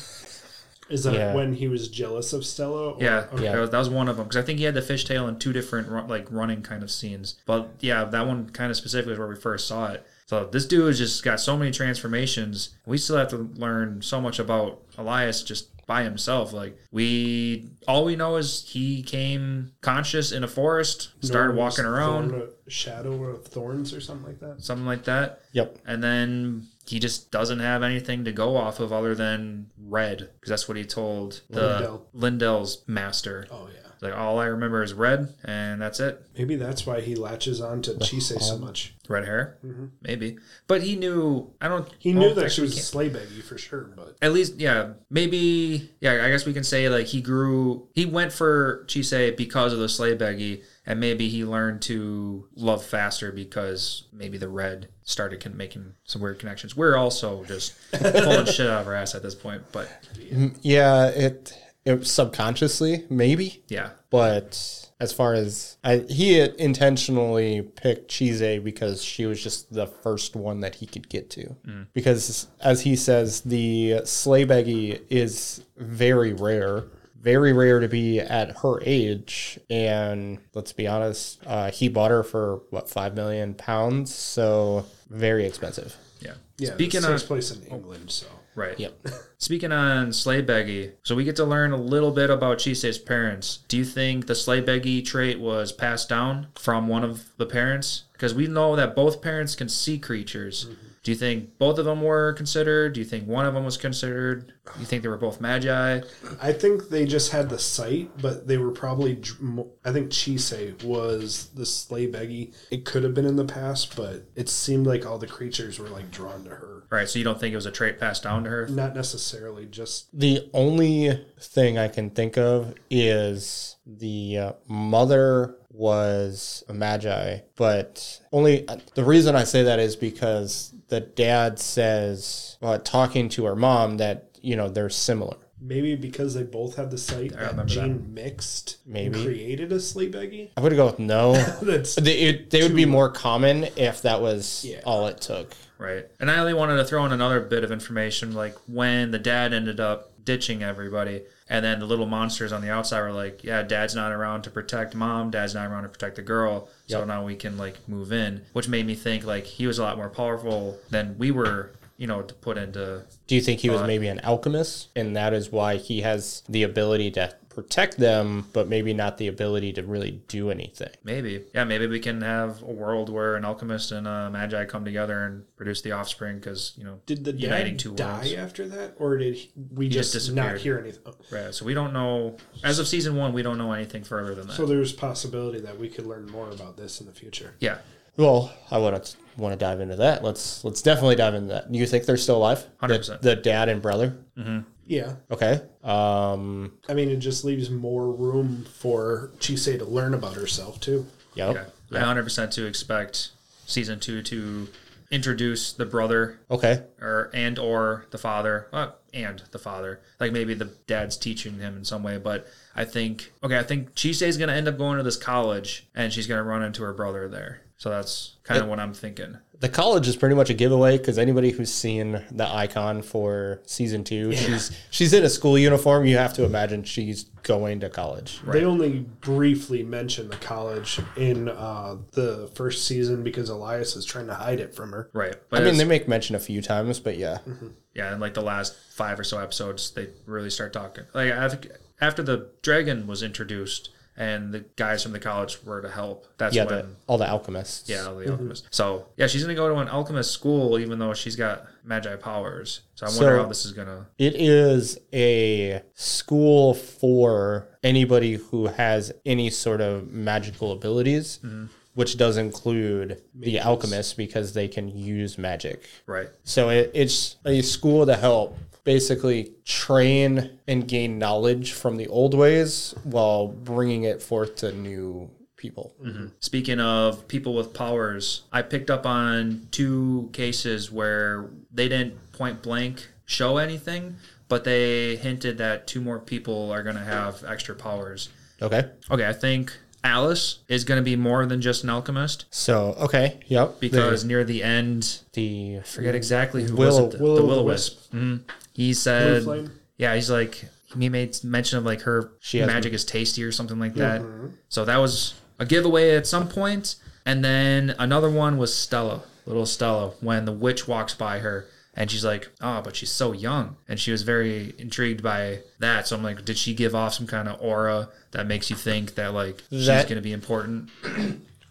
Speaker 2: Is that
Speaker 3: Yeah.
Speaker 2: when he was jealous of Stella? Or,
Speaker 1: Yeah,
Speaker 2: okay.
Speaker 1: that was- that was one of them because I think he had the fishtail in two different ru- like running kind of scenes. But yeah, that one kind of specifically is where we first saw it. So this dude has just got so many transformations. We still have to learn so much about Elias just by himself. Like we all we know is he came conscious in a forest, started
Speaker 2: Thorn-
Speaker 1: walking around,
Speaker 2: thorn- shadow of thorns or something like that.
Speaker 1: something like that.
Speaker 3: Yep.
Speaker 1: And then he just doesn't have anything to go off of other than red, because that's what he told the
Speaker 2: Lindell.
Speaker 1: Lindell's master.
Speaker 2: Oh yeah,
Speaker 1: It's Like all I remember is red, and that's it.
Speaker 2: maybe that's why he latches on to Chise so much.
Speaker 1: Red hair, maybe. But he knew. I don't.
Speaker 2: Mm-hmm. He
Speaker 1: I
Speaker 2: knew
Speaker 1: don't
Speaker 2: that
Speaker 1: think
Speaker 2: she
Speaker 1: we
Speaker 2: was a
Speaker 1: can-
Speaker 2: sleigh baby for sure, but
Speaker 1: At least, yeah, maybe, yeah. I guess we can say like he grew. He went for Chisei because of the sleigh beggy, and maybe he learned to love faster because maybe the red started con- making some weird connections. We're also just pulling shit out of our ass at this point, but
Speaker 3: Yeah, it it subconsciously maybe,
Speaker 1: yeah,
Speaker 3: but as far as I, he had intentionally picked Chise because she was just the first one that he could get to. Because as he says, the sleigh beggy is very rare. Very rare to be at her age, and let's be honest, uh, he bought her for what five million pounds, so very expensive.
Speaker 1: yeah.
Speaker 2: yeah,
Speaker 1: Speaking
Speaker 2: this
Speaker 1: of
Speaker 2: takes place in England, so
Speaker 1: right,
Speaker 3: Yep.
Speaker 1: Speaking on Slaybeggy, so we get to learn a little bit about Chise's parents. Do you think the Slaybeggy trait was passed down from one of the parents? Because we know that both parents can see creatures. Do you think both of them were considered? Do you think one of them was considered? Do you think they were both magi?
Speaker 2: I think they just had the sight, but they were probably. dr- mo- I think Chise was the sleigh beggy. It could have been in the past, but it seemed like all the creatures were like drawn to her.
Speaker 1: Right, so you don't think it was a trait passed down to her?
Speaker 2: Not necessarily just
Speaker 3: The only thing I can think of is the uh, mother was a magi, but only uh, the reason I say that is because the dad says, uh, talking to her mom, that you know they're similar.
Speaker 2: maybe because they both had the sight that
Speaker 1: remember
Speaker 2: gene mixed
Speaker 3: Maybe.
Speaker 2: and created a sleigh beggy.
Speaker 3: I would go with no.
Speaker 2: That's
Speaker 3: they, it, they would be more common if that was
Speaker 2: Yeah.
Speaker 3: all it took.
Speaker 1: Right. And I only wanted to throw in another bit of information like when the dad ended up ditching everybody and then the little monsters on the outside were like, yeah, dad's not around to protect mom, dad's not around to protect the girl. So now we can like move in, which made me think like he was a lot more powerful than we were, you know, to put into
Speaker 3: Do you think he was maybe an alchemist, and that is why he has the ability to protect them, but maybe not the ability to really do anything?
Speaker 1: maybe. Yeah, maybe we can have a world where an alchemist and a magi come together and produce the offspring cuz, you know,
Speaker 2: did the
Speaker 1: Uniting
Speaker 2: dad
Speaker 1: two
Speaker 2: die
Speaker 1: worlds.
Speaker 2: after that, or did he, we
Speaker 1: just
Speaker 2: just, not
Speaker 1: disappeared.
Speaker 2: hear anything? Oh,
Speaker 1: right. So we don't know as of season 1, we don't know anything further than that.
Speaker 2: So there's possibility that we could learn more about this in the future.
Speaker 1: yeah.
Speaker 3: Well, I want to want to dive into that. Let's let's definitely dive into that. Do you think they're still alive?
Speaker 1: 100%.
Speaker 3: The, the dad and brother.
Speaker 2: Yeah,
Speaker 1: Mm-hmm.
Speaker 3: Okay. Um.
Speaker 2: I mean, it just leaves more room for Chisei to learn about herself too.
Speaker 3: Yep.
Speaker 1: Yeah, I 100% to expect season two to introduce the brother
Speaker 3: Okay.
Speaker 1: or and or the father uh, and the father. Like maybe the dad's teaching him in some way, but I think okay, I think Chisei's gonna end up going to this college and she's gonna run into her brother there. So that's kind of what I'm thinking.
Speaker 3: The college is pretty much a giveaway because anybody who's seen the icon for season two, she's she's in a school uniform. You have to imagine she's going to college.
Speaker 2: They only briefly mention the college in uh, the first season because Elias is trying to hide it from her.
Speaker 1: Right.
Speaker 3: I
Speaker 1: But
Speaker 3: mean,
Speaker 1: it's-
Speaker 3: they make mention a few times, but yeah,
Speaker 1: yeah, in like the last five or so episodes, they really start talking. Like I think after the dragon was introduced and the guys from the college were to help, that's
Speaker 3: yeah,
Speaker 1: when
Speaker 3: the, all the alchemists.
Speaker 1: Yeah, the alchemist. So yeah, she's gonna go to an alchemist school, even though she's got magi powers. So I wonder
Speaker 3: So-
Speaker 1: how this is gonna.
Speaker 3: It is a school for anybody who has any sort of magical abilities, which does include the alchemists because they can use magic.
Speaker 1: Right.
Speaker 3: So it, it's a school to help basically train and gain knowledge from the old ways while bringing it forth to new people.
Speaker 1: Speaking of people with powers, I picked up on two cases where they didn't point blank show anything, but they hinted that two more people are gonna have extra powers.
Speaker 3: Okay.
Speaker 1: Okay, I think Alice is gonna be more than just an alchemist
Speaker 3: So, okay. Yep.
Speaker 1: because near the end,
Speaker 3: the,
Speaker 1: I forget exactly who
Speaker 3: Willow-
Speaker 1: was it, the,
Speaker 2: Willow
Speaker 1: the Willow Wisp. hmm He said,
Speaker 2: Flame?
Speaker 1: "Yeah, he's like he made mention of like her
Speaker 3: She has-
Speaker 1: magic is tasty or something like that." So that was a giveaway at some point, and then another one was Stella. little Stella, when the witch walks by her and she's like, oh, but she's so young. And she was very intrigued by that. So I'm like, did she give off some kind of aura that makes you think that, like, she's
Speaker 3: That-
Speaker 1: going to be important?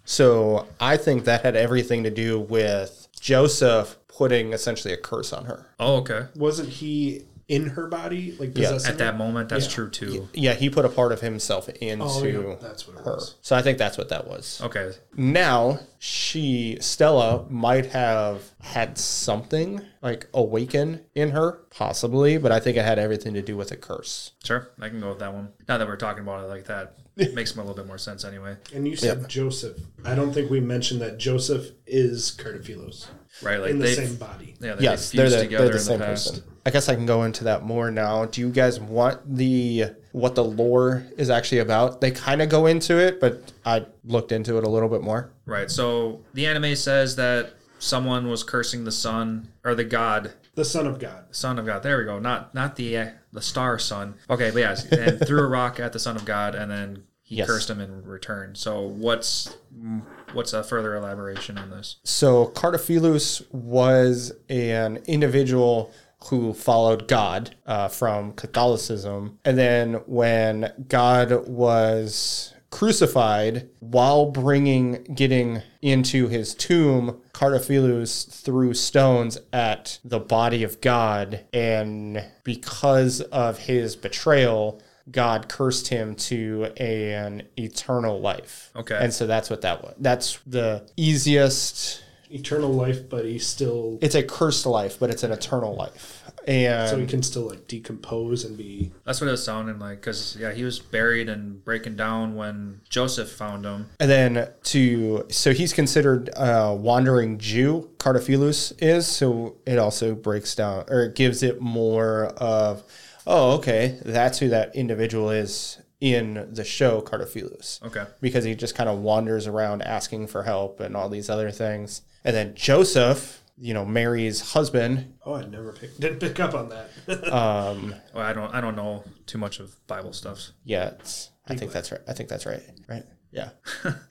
Speaker 3: So I think that had everything to do with Joseph putting essentially a curse on her.
Speaker 1: Oh, okay.
Speaker 2: Wasn't he in her body? Like
Speaker 3: Yeah.
Speaker 2: possessing
Speaker 1: At that
Speaker 2: her?
Speaker 1: moment, that's true too.
Speaker 3: Yeah, he put a part of himself into
Speaker 2: Oh, yeah, that's what it
Speaker 3: her.
Speaker 2: was.
Speaker 3: So I think that's what that was.
Speaker 1: Okay.
Speaker 3: Now she Stella might have had something like awaken in her, possibly, but I think it had everything to do with a curse.
Speaker 1: Sure. I can go with that one. Now that we're talking about it like that, it makes a little bit more sense anyway.
Speaker 2: And you said Joseph. I don't think we mentioned that Joseph is Cardiophilos
Speaker 1: Right? Like
Speaker 2: in the
Speaker 1: they
Speaker 2: same body.
Speaker 1: Yeah, they
Speaker 3: Yes, they're
Speaker 1: fused
Speaker 3: the,
Speaker 1: together
Speaker 3: they're the
Speaker 1: in
Speaker 3: same
Speaker 1: the past.
Speaker 3: person. I guess I can go into that more now. Do you guys want the what the lore is actually about? They kind of go into it, but I looked into it a little bit more.
Speaker 1: Right. So the anime says that someone was cursing the sun or the god,
Speaker 2: The Son of God.
Speaker 1: son of God. There we go. Not not the uh, the star sun. Okay, but yes, and threw a rock at the son of God, and then he
Speaker 3: Yes.
Speaker 1: cursed him in return. So what's what's a further elaboration on this?
Speaker 3: So Cardophilus was an individual who followed God uh, from Catholicism, and then when God was crucified, while bringing getting into his tomb, Cardophilus threw stones at the body of God, and because of his betrayal. God cursed him to an eternal life.
Speaker 1: Okay.
Speaker 3: And so that's what that was. That's the easiest.
Speaker 2: Eternal life, but he still
Speaker 3: It's a cursed life, but it's an eternal life.
Speaker 2: so he
Speaker 3: And
Speaker 2: can still like decompose and be
Speaker 1: That's what it was sounding like. Because yeah, he was buried and breaking down when Joseph found him.
Speaker 3: and then to so he's considered a wandering Jew. Cardophilus is so it also breaks down or it gives it more of oh okay that's who that individual is in the show Cardophilus.
Speaker 1: Okay.
Speaker 3: because he just kind of wanders around asking for help and all these other things. And then Joseph, you know, Mary's husband.
Speaker 2: Oh, I never picked didn't pick up on that.
Speaker 1: Well, I don't I don't know too much of Bible stuff.
Speaker 3: Yeah, it's, I think that's right. I think that's right. Right. Yeah.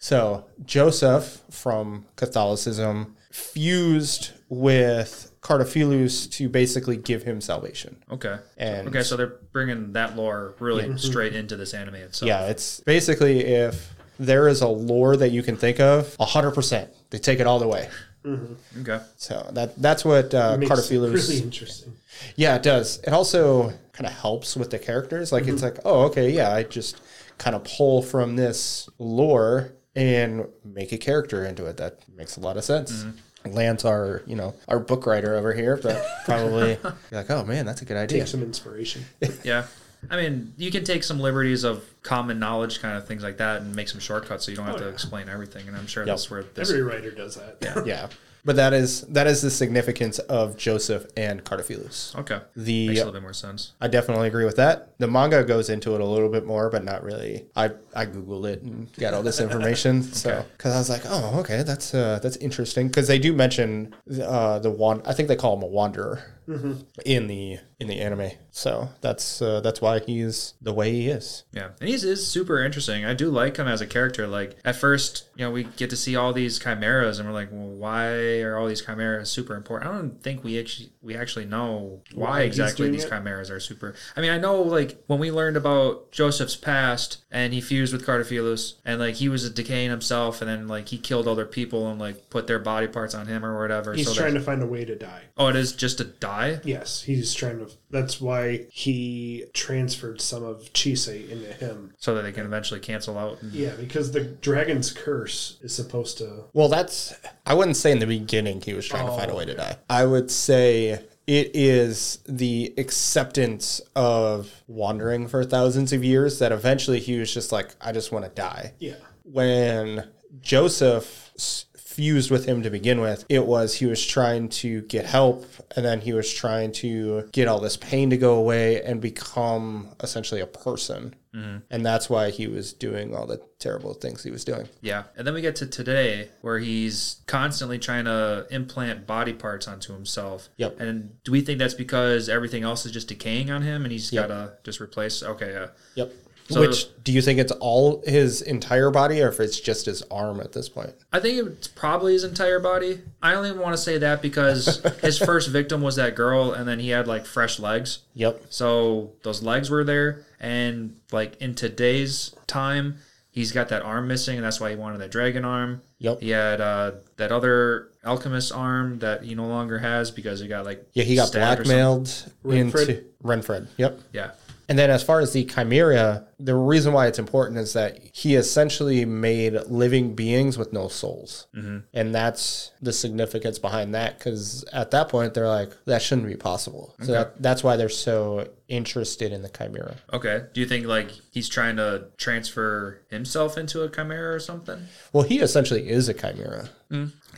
Speaker 3: so Joseph from Catholicism fused with Cardophilus to basically give him salvation.
Speaker 1: Okay.
Speaker 3: And- Mm-hmm.
Speaker 1: okay, so they're bringing that lore really straight into this anime itself.
Speaker 3: Yeah, it's basically if there is a lore that you can think of, 100%, they take it all the way.
Speaker 1: Okay.
Speaker 3: So that that's what uh,
Speaker 2: Makes it
Speaker 3: Cardophilus
Speaker 2: really interesting.
Speaker 3: Yeah, it does. It also kind of helps with the characters. Like
Speaker 1: Mm-hmm.
Speaker 3: it's like, oh, okay, yeah, I just kind of pull from this lore and make a character into it. That makes a lot of sense.
Speaker 1: Mm-hmm.
Speaker 3: Lance, our you know our book writer over here, but probably you're like, oh man, that's a good idea.
Speaker 2: Take some inspiration.
Speaker 1: Yeah. I mean, you can take some liberties of common knowledge, kind of things like that, and make some shortcuts so you don't
Speaker 3: Oh,
Speaker 1: have to explain everything. And I'm sure that's where this.
Speaker 2: Every writer does that.
Speaker 3: yeah, but that is that is the significance of Joseph and Cardophilus.
Speaker 1: okay.
Speaker 3: The-
Speaker 1: Makes a little bit more sense.
Speaker 3: I definitely agree with that. The manga goes into it a little bit more, but not really. I, I googled it and got all this information. So because I was like, oh, okay, that's uh, that's interesting because they do mention uh, the one. I think they call him a wanderer in the in the anime. So that's uh, that's why he's the way he is.
Speaker 1: Yeah, and he's is super interesting. I do like him as a character. Like at first, you know, we get to see all these chimeras, and we're like, well, why are all these chimeras super important? I don't think we actually we actually know why,
Speaker 2: Why he's
Speaker 1: exactly
Speaker 2: doing
Speaker 1: these
Speaker 2: it?
Speaker 1: chimeras are super. I mean, I know like when we learned about Joseph's past, and he fused with Cardophilus, and like he was decaying himself, and then like he killed other people and like put their body parts on him or whatever.
Speaker 2: He's
Speaker 1: so
Speaker 2: trying
Speaker 1: that,
Speaker 2: to find a way to die.
Speaker 1: oh, it is just to die.
Speaker 2: Yes, he's trying to. That's why he transferred some of Chise into him.
Speaker 1: So that they can eventually cancel out. And,
Speaker 2: Yeah, because the dragon's curse is supposed to.
Speaker 3: Well, that's I wouldn't say in the beginning he was trying to find a way to die. Oh, I would say it is the acceptance of wandering for thousands of years that eventually he was just like, I just want to die.
Speaker 2: Yeah.
Speaker 3: When Joseph s- fused with him to begin with, it was he was trying to get help and then he was trying to get all this pain to go away and become essentially a person. And that's why he was doing all the terrible things he was doing.
Speaker 1: Yeah. And then we get to today where he's constantly trying to implant body parts onto himself.
Speaker 3: Yep.
Speaker 1: And do we think that's because everything else is just decaying on him and he's got to just replace? Okay. Yeah.
Speaker 3: Yep.
Speaker 1: So
Speaker 3: Which do you think it's all his entire body, or if it's just his arm at this point?
Speaker 1: I think it's probably his entire body. I only want to say that because his first victim was that girl, and then he had like fresh legs.
Speaker 3: Yep.
Speaker 1: So those legs were there, and like in today's time, he's got that arm missing, and that's why he wanted the dragon arm.
Speaker 3: Yep.
Speaker 1: He had uh, that other alchemist arm that he no longer has because he got like
Speaker 3: Yeah, he got
Speaker 1: stabbed or
Speaker 3: blackmailed
Speaker 2: Renfred?
Speaker 3: into Renfred. Yep.
Speaker 1: something. Yeah.
Speaker 3: And then as far as the chimera, the reason why it's important is that he essentially made living beings with no souls. Mm-hmm. And that's the significance behind that because at that point they're like, that shouldn't be possible. So that, that's why they're so interested in the chimera.
Speaker 1: Okay. Do you think like he's trying to transfer himself into a chimera or something?
Speaker 3: Well, he essentially is a chimera.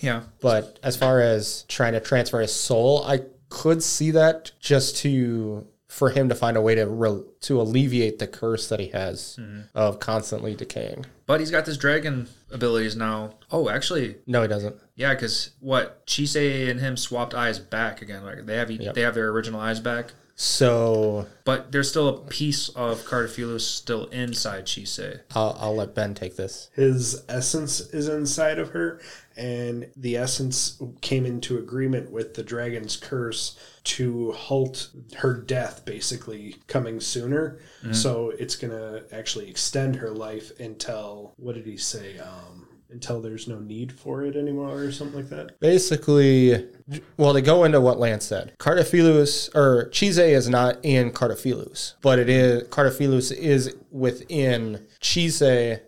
Speaker 1: Yeah.
Speaker 3: But as far as trying to transfer his soul, I could see that just to for him to find a way to re- to alleviate the curse that he has of constantly decaying.
Speaker 1: But he's got this dragon abilities now. Oh, actually,
Speaker 3: No, he doesn't.
Speaker 1: Yeah, because what Chisei and him swapped eyes back again. Like they have e they have their original eyes back,
Speaker 3: So
Speaker 1: but there's still a piece of Cardophilos still inside Chisei.
Speaker 3: I'll, I'll let Ben take this.
Speaker 2: His essence is inside of her, and the essence came into agreement with the dragon's curse to halt her death basically coming sooner.
Speaker 1: Mm-hmm.
Speaker 2: So it's going to actually extend her life until, what did he say? Um, until there's no need for it anymore or something like that.
Speaker 3: Basically, well, they go into what Lance said. Cardophilus or Chise is not in Cardophilus, but it is Cardophilus is within Chise,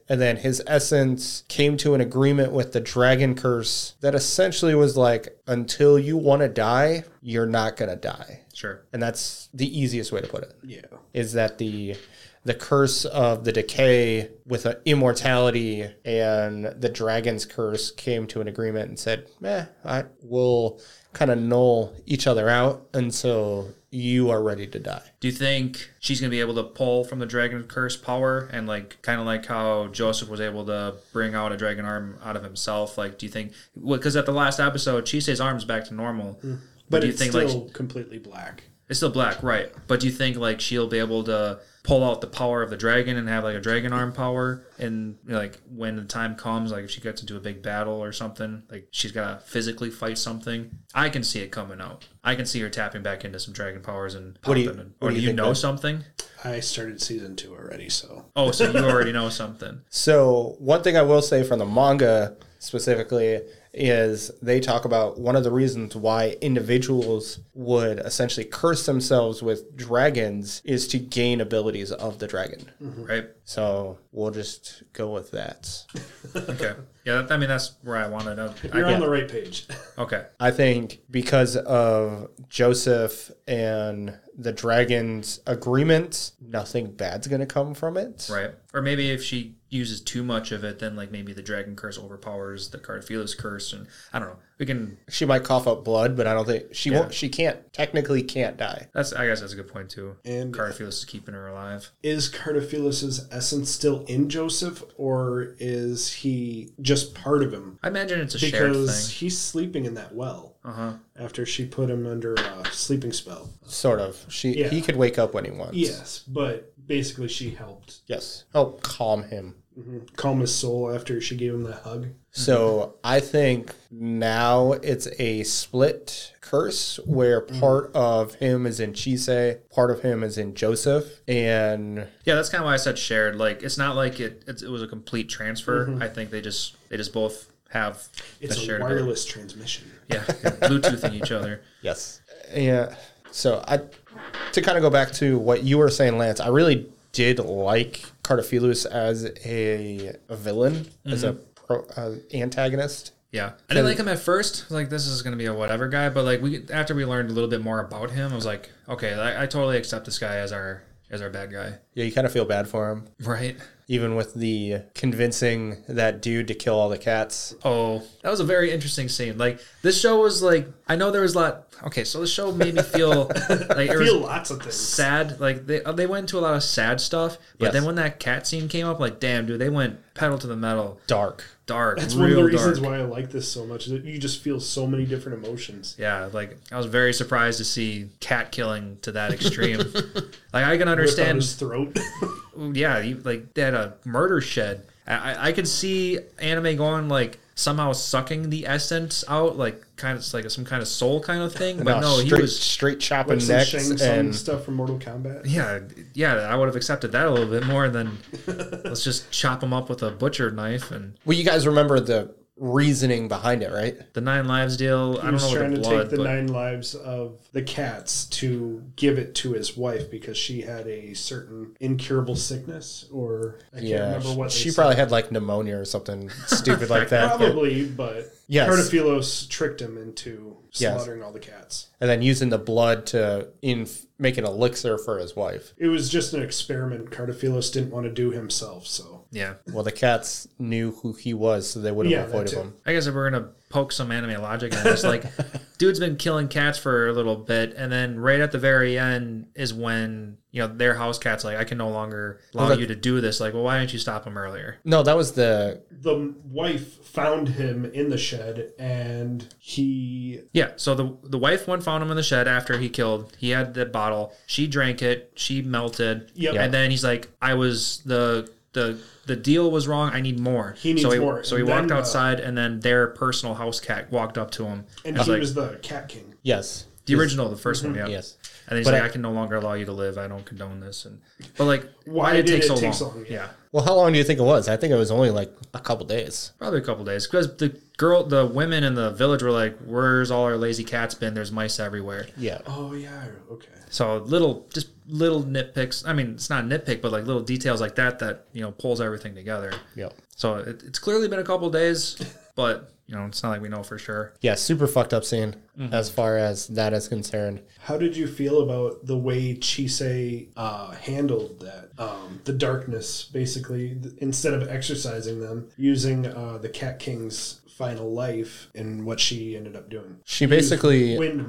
Speaker 3: and then his essence came to an agreement with the dragon curse that essentially was like, until you want to die, you're not gonna die,
Speaker 1: Sure.
Speaker 3: and that's the easiest way to put it.
Speaker 2: Yeah.
Speaker 3: is that the the curse of the decay with uh, immortality and the dragon's curse came to an agreement and said, "Meh, I will kind of null each other out until you are ready to die."
Speaker 1: Do you think she's gonna be able to pull from the dragon curse power and like kind of like how Joseph was able to bring out a dragon arm out of himself? Like, do you think? Because at the last episode, Chisei's arm's back to normal.
Speaker 3: Mm.
Speaker 2: But
Speaker 1: do you
Speaker 2: it's
Speaker 1: think like
Speaker 2: still completely black.
Speaker 1: It's still black, right? But do you think like she'll be able to pull out the power of the dragon and have like a dragon arm power? And you know, like when the time comes, like if she gets into a big battle or something, like she's gotta physically fight something. I can see it coming out. I can see her tapping back into some dragon powers and
Speaker 3: do
Speaker 1: popping.
Speaker 3: you-
Speaker 1: and- or
Speaker 3: what do
Speaker 1: do
Speaker 3: you
Speaker 1: you,
Speaker 3: think,
Speaker 1: know
Speaker 3: Ben?
Speaker 1: something?
Speaker 2: I started season two already, so
Speaker 1: Oh, so you already know something.
Speaker 3: So, one thing I will say from the manga specifically is they talk about one of the reasons why individuals would essentially curse themselves with dragons is to gain abilities of the dragon.
Speaker 1: Right?
Speaker 3: So, we'll just go with that.
Speaker 1: Okay. Yeah, that, I mean that's where I wanna know. I,
Speaker 2: you're on the right page.
Speaker 1: okay.
Speaker 3: I think because of Joseph and the dragon's agreement, nothing bad's going to come from it.
Speaker 1: Right. Or maybe if she uses too much of it, then like maybe the dragon curse overpowers the Cardophilos curse and I don't know. We can
Speaker 3: She might cough up blood, but I don't think she won't. She can't technically can't die.
Speaker 1: That's I guess that's a good point too.
Speaker 2: And-
Speaker 1: Cardophilis is keeping her alive.
Speaker 2: is Cardophilus's essence still in Joseph, or is he just part of him?
Speaker 1: I imagine it's a shared
Speaker 2: Because
Speaker 1: thing.
Speaker 2: he's sleeping in that well
Speaker 1: Uh-huh.
Speaker 2: after she put him under a sleeping spell.
Speaker 3: Sort of. She
Speaker 2: Yeah.
Speaker 3: he could wake up when he wants.
Speaker 2: Yes, but basically she helped
Speaker 3: Yes. Help calm him.
Speaker 2: calm his soul after she gave him that hug.
Speaker 3: So I think now it's a split curse where part of him is in Chise, part of him is in Joseph, and
Speaker 1: Yeah, that's kind of why I said shared. Like it's not like it it's, it was a complete transfer. I think they just they just both have
Speaker 2: Mm-hmm. It's
Speaker 1: the
Speaker 2: a
Speaker 1: shared ability.
Speaker 2: wireless transmission.
Speaker 1: Yeah, Bluetoothing each other.
Speaker 3: Yes. Yeah. So I to kind of go back to what you were saying, Lance, I really did like Cardophilus as a, a villain, as
Speaker 2: Mm-hmm.
Speaker 3: a pro, uh, antagonist.
Speaker 1: Yeah, I didn't like him at first. I was like, this is gonna be a whatever guy. But like we after we learned a little bit more about him, I was like, okay, I, I totally accept this guy as our as our bad guy,
Speaker 3: Yeah, you kind of feel bad for him.
Speaker 1: right?
Speaker 3: even with the convincing that dude to kill all the cats.
Speaker 1: Oh, that was a very interesting scene. Like this show was like I know there was a lot. Okay, so the show made me feel like it
Speaker 2: I feel
Speaker 1: was
Speaker 2: lots of things.
Speaker 1: sad. Like they uh, they went into a lot of sad stuff, but
Speaker 3: Yes.
Speaker 1: then when that cat scene came up, like damn dude, they went pedal to the metal,
Speaker 3: Dark.
Speaker 1: dark.
Speaker 2: That's
Speaker 1: real
Speaker 2: one of the
Speaker 1: dark.
Speaker 2: reasons why I like this so much. Is that you just feel so many different emotions.
Speaker 1: Yeah, like I was very surprised to see cat killing to that extreme. like I can
Speaker 2: Ripped out
Speaker 1: understand
Speaker 2: his throat.
Speaker 1: yeah, you, like they had a murder shed. I, I- I could see anime going like somehow sucking the essence out, like kind of like some kind of soul kind of thing. But no,
Speaker 3: straight,
Speaker 1: he was.
Speaker 3: straight chopping
Speaker 2: like some
Speaker 3: necks
Speaker 2: Shang Tsung
Speaker 3: and
Speaker 2: stuff from Mortal Kombat.
Speaker 1: Yeah, yeah, I would have accepted that a little bit more than let's just chop him up with a butcher knife and
Speaker 3: Well, you guys remember the reasoning behind it, right?
Speaker 1: the nine lives deal. I
Speaker 2: He
Speaker 1: don't
Speaker 2: was
Speaker 1: know
Speaker 2: trying
Speaker 1: with the
Speaker 2: to
Speaker 1: blood,
Speaker 2: take the
Speaker 1: but
Speaker 2: nine lives of the cats to give it to his wife because she had a certain incurable sickness, or I can't
Speaker 3: Yeah,
Speaker 2: remember what they
Speaker 3: she
Speaker 2: said.
Speaker 3: probably had like pneumonia or something stupid like that. but-
Speaker 2: probably, but
Speaker 3: Yes.
Speaker 2: Protophilos tricked him into
Speaker 3: Yes.
Speaker 2: slaughtering all the cats.
Speaker 3: and then using the blood to inf- make an elixir for his wife.
Speaker 2: It was just an experiment Cartophilos didn't want to do himself, so
Speaker 1: yeah.
Speaker 3: Well, the cats knew who he was, so they would have
Speaker 2: Yeah, that
Speaker 3: avoided
Speaker 2: too.
Speaker 3: him.
Speaker 1: I guess if we're gonna poke some anime logic in this, like, dude's been killing cats for a little bit, and then right at the very end is when you know their house cat's like, I can no longer allow
Speaker 3: that-
Speaker 1: you to do this. Like, well, why didn't you stop him earlier?
Speaker 3: No, that was the
Speaker 2: the wife found him in the shed and he
Speaker 1: Yeah. So the the wife one found him in the shed after he killed. He had the bottle. She drank it. She melted.
Speaker 2: Yep.
Speaker 1: And then he's like, I was the the the deal was wrong. I need more.
Speaker 2: He needs
Speaker 1: so
Speaker 2: more.
Speaker 1: So he
Speaker 2: And then,
Speaker 1: walked
Speaker 2: uh,
Speaker 1: outside, and then their personal house cat walked up to him.
Speaker 2: and
Speaker 1: I was
Speaker 2: he
Speaker 1: like-
Speaker 2: was Mhm. the cat king.
Speaker 3: yes,
Speaker 1: The original, the 1st one, yeah.
Speaker 3: yes.
Speaker 1: And he's
Speaker 3: But
Speaker 1: like,
Speaker 3: I-
Speaker 1: I, can no longer allow you to live. I don't condone this. And but like,
Speaker 2: Why
Speaker 1: why did it
Speaker 2: did
Speaker 1: take
Speaker 2: it
Speaker 1: so
Speaker 2: take
Speaker 1: long?
Speaker 2: so long?
Speaker 1: Yeah.
Speaker 3: Well, how long do you think it was? I think it was only like a couple days.
Speaker 1: probably a couple days because the girl, the women in the village were like, "Where's all our lazy cats been? There's mice everywhere."
Speaker 3: Yeah,
Speaker 2: Oh yeah, okay.
Speaker 1: So little, just little nitpicks. I mean, it's not a nitpick, but like little details like that that you know pulls everything together.
Speaker 3: yeah,
Speaker 1: So it, it's clearly been a couple days, but you know, it's not like we know for sure.
Speaker 3: yeah. Super fucked up scene
Speaker 2: Mm-hmm.
Speaker 3: as far as that is concerned.
Speaker 2: How did you feel about the way Chisei uh, handled that? Um, the darkness, basically, th- instead of exercising them, using uh, the Cat King's final life and what she ended up doing.
Speaker 3: She basically
Speaker 2: Wind, the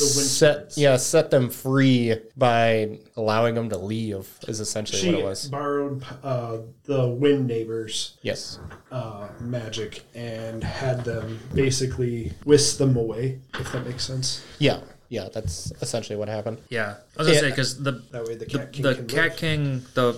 Speaker 2: wind
Speaker 3: set
Speaker 2: spirits.
Speaker 3: yeah set them free by allowing them to leave. Is essentially what
Speaker 2: She
Speaker 3: it was.
Speaker 2: borrowed uh, the wind neighbors'
Speaker 3: Yes.
Speaker 2: uh, magic and had them basically whisk them away, if that makes sense.
Speaker 3: Yeah. Yeah. That's essentially what happened.
Speaker 1: Yeah, I was gonna
Speaker 3: Yeah.
Speaker 1: 'cause say because the
Speaker 2: That way the
Speaker 1: the,
Speaker 2: Cat King
Speaker 1: the
Speaker 2: can
Speaker 1: cat
Speaker 2: live.
Speaker 1: king the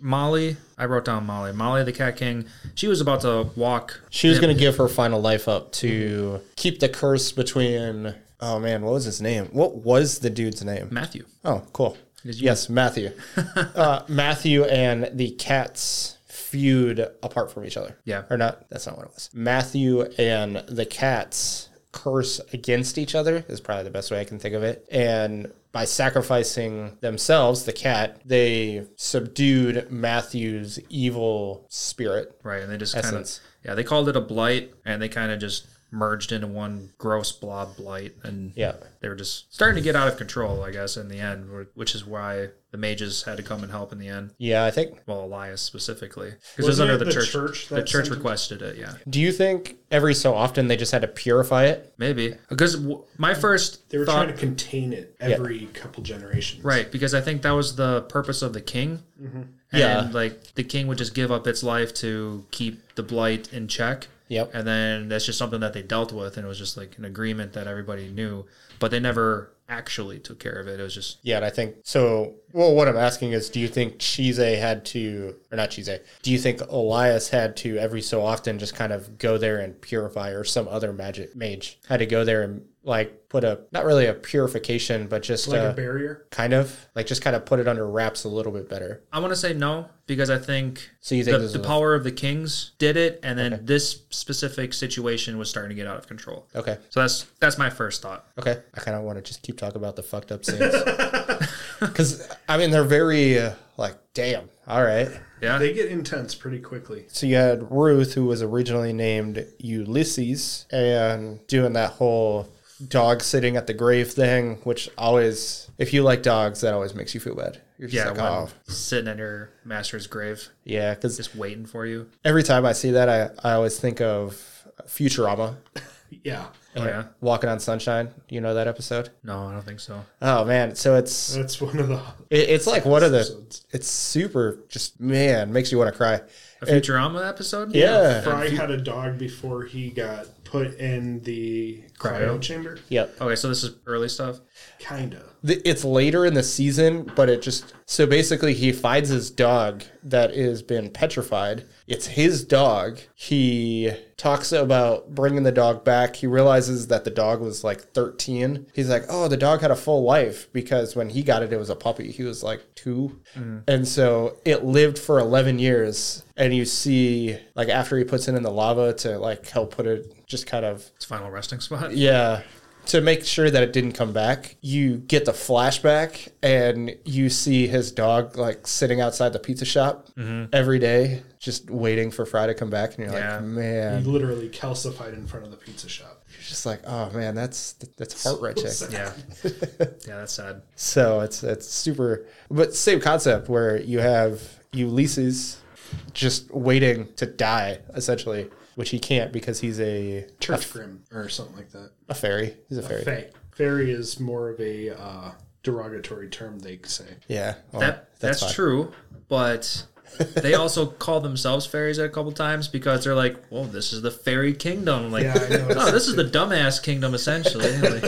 Speaker 1: molly i wrote down molly molly the cat king she was about to walk
Speaker 3: She was going to give her final life up to keep the curse between. Oh man, what was his name? What was the dude's name?
Speaker 1: matthew
Speaker 3: Oh, cool.
Speaker 1: you-
Speaker 3: Yes, Matthew. uh, Matthew and the cats feud apart from each other.
Speaker 1: Yeah.
Speaker 3: Or not. That's not what it was. Matthew and the cats curse against each other is probably the best way I can think of it. And by sacrificing themselves, the cat, they subdued Matthew's evil spirit.
Speaker 1: right and they just kind of
Speaker 3: Essence.
Speaker 1: yeah they called it a blight and they kind of just merged into one gross blob blight and
Speaker 3: Yeah.
Speaker 1: they were just starting to get out of control i guess in the end wh- which is why the mages had to come and help in the end
Speaker 3: Yeah, I think
Speaker 1: well elias specifically because it was under the, church, the
Speaker 2: that
Speaker 1: church
Speaker 2: sent him?
Speaker 1: requested it yeah
Speaker 3: Do you think every so often they just had to purify it?
Speaker 1: maybe because w- my first
Speaker 2: They were
Speaker 1: thought
Speaker 2: trying to contain it every couple generations.
Speaker 1: Right, because I think that was the purpose of the king. And
Speaker 3: Yeah.
Speaker 1: like the king would just give up its life to keep the blight in check.
Speaker 3: Yep.
Speaker 1: And then that's just something that they dealt with, and it was just like an agreement that everybody knew, but they never actually took care of it. It was just
Speaker 3: Yeah, and I think so. Well, what I'm asking is, do you think Chise had to, or not Chise? Do you think Elias had to every so often just kind of go there and purify, or some other magic mage had to go there and like put a not really a purification, but just
Speaker 2: Like
Speaker 3: uh
Speaker 2: a barrier.
Speaker 3: kind of like just kind of put it under wraps a little bit better.
Speaker 1: I want to say no because I think
Speaker 3: So you think
Speaker 1: the,
Speaker 3: this
Speaker 1: the
Speaker 3: is a-
Speaker 1: power of the kings did it, and then this specific situation was starting to get out of control.
Speaker 3: Okay,
Speaker 1: So that's that's my first thought.
Speaker 3: okay. I kind of want to just keep talking about the fucked up scenes because I mean they're very uh, like, damn. All right.
Speaker 1: Yeah.
Speaker 2: They get intense pretty quickly.
Speaker 3: So you had Ruth, who was originally named Ulysses, and doing that whole dog sitting at the grave thing, which always, if you like dogs, that always makes you feel bad. You're just
Speaker 1: Yeah,
Speaker 3: like,
Speaker 1: one
Speaker 3: oh,
Speaker 1: sitting in your master's grave,
Speaker 3: yeah. Because
Speaker 1: just waiting for you.
Speaker 3: every time I see that, I, I always think of Futurama,
Speaker 2: Yeah,
Speaker 1: Oh, yeah.
Speaker 3: Walking on Sunshine. Do you know that episode?
Speaker 1: No, I don't think so.
Speaker 3: Oh man, so it's
Speaker 1: Mm.
Speaker 2: that's one of the
Speaker 3: it, it's like one of the.
Speaker 2: episodes.
Speaker 3: It's super, just man, makes you want to cry.
Speaker 1: A Futurama episode?
Speaker 3: Yeah.
Speaker 2: Fry had a dog before he got put in the cryo,
Speaker 1: Cryo.
Speaker 2: chamber.
Speaker 3: Yep.
Speaker 1: Okay, so this is early stuff.
Speaker 2: Kinda.
Speaker 3: Th- It's later in the season, but it just so basically he finds his dog that has been petrified. It's his dog. He talks about bringing the dog back. He realizes that the dog was like 13. He's like, "Oh, the dog had a full life because when he got it, it was a puppy. He was like 2." And so it lived for 11 years. And you see like after he puts it in the lava to like help put it just kind of
Speaker 1: It's final resting spot.
Speaker 3: yeah. To make sure that it didn't come back, you get the flashback and you see his dog like sitting outside the pizza shop every day, just waiting for Fry to come back. And you're
Speaker 1: Yeah.
Speaker 3: like,
Speaker 2: He
Speaker 3: man,
Speaker 2: literally calcified in front of the pizza shop.
Speaker 3: you're just like, oh man, that's that's heart wrenching.
Speaker 1: Yeah. Yeah, that's
Speaker 3: Oh,
Speaker 1: sad.
Speaker 3: So it's it's super, but same concept where you have Ulysses just waiting to die essentially, which he can't because he's a
Speaker 2: Church Grim or something like that.
Speaker 3: a fairy. He's a fairy.
Speaker 2: Fae. Fairy is more of a uh, derogatory term, they say.
Speaker 3: yeah, well,
Speaker 1: That that's,
Speaker 3: fine.
Speaker 1: true, but they also call themselves fairies a couple times because they're like, "Well, this is the fairy kingdom." Like,
Speaker 2: Yeah, I know.
Speaker 1: no, this is the dumbass kingdom essentially. Like,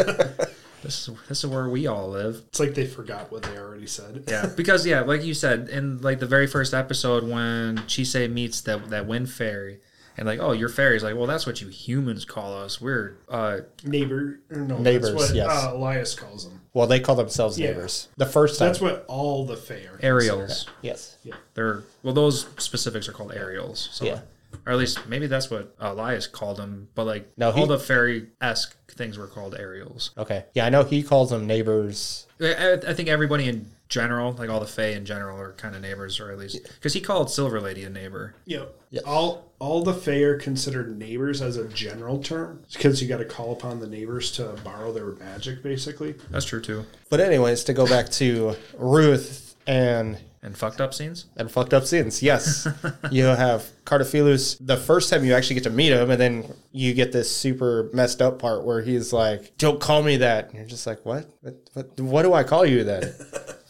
Speaker 1: this is this is where we all live.
Speaker 2: It's like they forgot what they already said.
Speaker 1: Yeah, because yeah, like you said in like the very first episode when Chisei meets that that wind fairy. And like, oh, your fairies. Like, well, that's what you humans call us. We're uh,
Speaker 2: Neighbor, no,
Speaker 3: Neighbors,
Speaker 2: That's what
Speaker 3: yes.
Speaker 2: uh, Elias calls them.
Speaker 3: Well, they call themselves
Speaker 2: Yeah.
Speaker 3: neighbors. The first time.
Speaker 2: That's what all the Fae are.
Speaker 1: aerials.
Speaker 3: yes.
Speaker 1: They're well, those specifics are called aerials. So,
Speaker 3: Yeah.
Speaker 1: or at least maybe that's what Elias called them. But like,
Speaker 3: No, he-
Speaker 1: all the fairy esque things were called aerials.
Speaker 3: Okay. Yeah, I know he calls them neighbors.
Speaker 1: I, I- I think everybody in general, like all the fae in general, are kind of neighbors, or at least because he called Silver Lady a neighbor.
Speaker 2: Yep. All all the Fae are considered neighbors as a general term because you got to call upon the neighbors to borrow their magic, basically.
Speaker 1: That's true too.
Speaker 3: But anyways, to go back to Ruth and
Speaker 1: And fucked up scenes.
Speaker 3: and fucked up scenes. Yes, you have Cardophilus. The first time you actually get to meet him, and then you get this super messed up part where he's like, "Don't call me that." And you're just like, "What? What? What, what do I call you then?"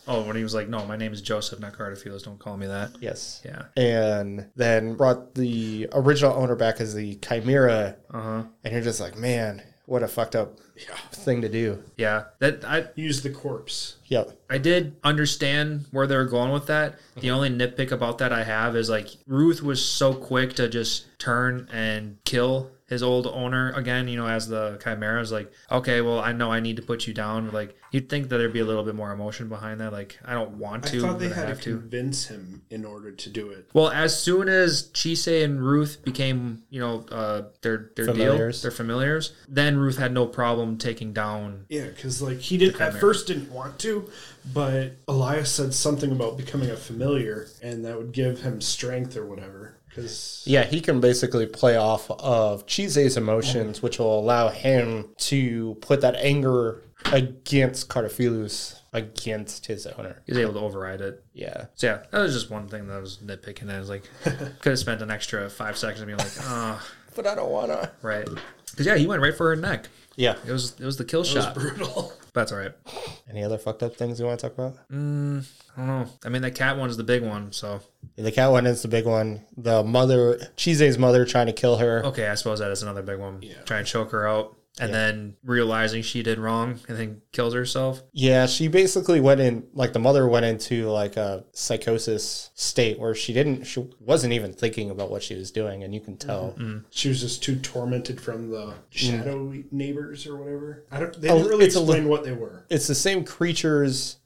Speaker 1: Oh, when he was like, "No, my name is Joseph, not Cardophilus. Don't call me that."
Speaker 3: yes.
Speaker 1: Yeah.
Speaker 3: And then brought the original owner back as the Chimera, and you're just like, "Man, what a fucked up thing to do."
Speaker 1: Yeah. That I
Speaker 2: Use the corpse.
Speaker 3: Yep.
Speaker 1: I did understand where they were going with that. The only nitpick about that I have is like Ruth was so quick to just turn and kill his old owner again, you know, as the chimera is like, okay, well, I know I need to put you down. But like, you'd think that there'd be a little bit more emotion behind that. Like, I don't want
Speaker 2: I
Speaker 1: to,
Speaker 2: thought they
Speaker 1: but I
Speaker 2: had to
Speaker 1: have to.
Speaker 2: convince him in order to do it.
Speaker 1: Well, as soon as Chisei and Ruth became, you know, uh, their their
Speaker 3: Familiars.
Speaker 1: deal, their familiars, then Ruth had no problem taking down.
Speaker 2: Yeah, because like he did at first didn't want to, but Elias said something about becoming a familiar, and that would give him strength or whatever. Because
Speaker 3: Yeah, he can basically play off of Chise's emotions, which will allow him to put that anger against Cardophilus, against his owner.
Speaker 1: He was able to override it.
Speaker 3: Yeah.
Speaker 1: So yeah, that was just one thing that I was nitpicking. That I was like, could have spent an extra five seconds being like, ah,
Speaker 3: But I don't want to.
Speaker 1: right, because yeah, he went right for her neck.
Speaker 3: Yeah.
Speaker 1: It was it was the kill shot.
Speaker 2: brutal.
Speaker 1: But that's all right.
Speaker 3: Any other fucked up things you want to talk about?
Speaker 1: I don't know. I mean, that cat one's the big one. So
Speaker 3: The cat one is the big one. The mother, Chise's mother trying to kill her.
Speaker 1: okay, I suppose that is another big one. Try and choke her out, and then realizing she did wrong, and then kills herself.
Speaker 3: Yeah, she basically went in, like the mother went into like a psychosis state where she didn't, she wasn't even thinking about what she was doing. And you can tell.
Speaker 2: She was just too tormented from the shadowy neighbors or whatever. I don't. They didn't really
Speaker 3: it's a
Speaker 2: explain what they were.
Speaker 3: it's the same creatures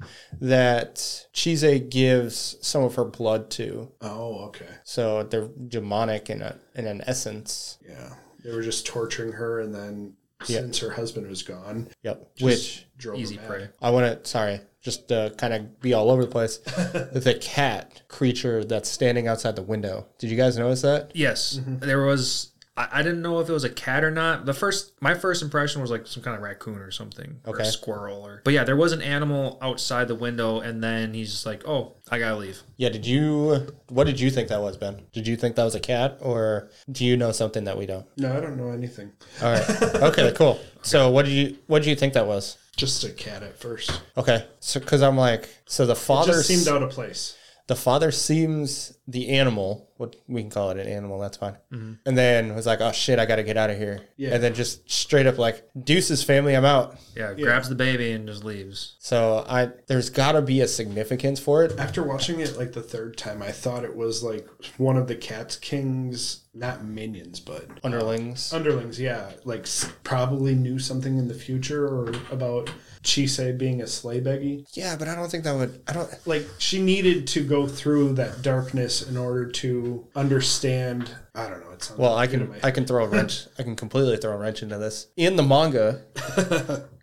Speaker 3: that Chise gives some of her blood to.
Speaker 2: Oh, okay.
Speaker 3: So they're demonic in a in an essence.
Speaker 2: Yeah, they were just torturing her, and then since her husband was gone,
Speaker 3: Yep. Which
Speaker 2: just drove
Speaker 1: Easy
Speaker 2: her mad.
Speaker 1: prey.
Speaker 3: I want to sorry, just to kind of be all over the place. the cat creature that's standing outside the window. Did you guys notice that?
Speaker 1: Yes, there was I, I didn't know if it was a cat or not. The first, my first impression was like some kind of raccoon or something, or
Speaker 3: Okay.
Speaker 1: a squirrel, or but yeah, there was an animal outside the window, and then he's just like, "Oh, I gotta leave."
Speaker 3: Yeah, did you what did you think that was, Ben? Did you think that was a cat or do you know something that we don't?
Speaker 2: No, I don't know anything.
Speaker 3: All right. Okay, cool. So what did you what did you think that was?
Speaker 2: Just a cat at first.
Speaker 3: Okay. So cuz I'm like so the father
Speaker 2: Just seemed out of place.
Speaker 3: the father seems the animal what we can call it an animal that's fine and then was like oh shit i gotta get out of here
Speaker 2: Yeah.
Speaker 3: and then just straight up like deuces family i'm out
Speaker 1: Yeah, grabs the baby and just leaves.
Speaker 3: so i there's gotta be a significance for it
Speaker 2: After watching it like the third time, I thought it was like one of the Cat King's not minions, but
Speaker 3: underlings
Speaker 2: underlings. Yeah, like s- probably knew something in the future or about Chisei being a sleigh beggy.
Speaker 3: yeah but i don't think that would i don't
Speaker 2: Like she needed to go through that darkness in order to understand. I don't know. It sounds
Speaker 3: well i can i can throw a wrench i can completely throw a wrench into this in the manga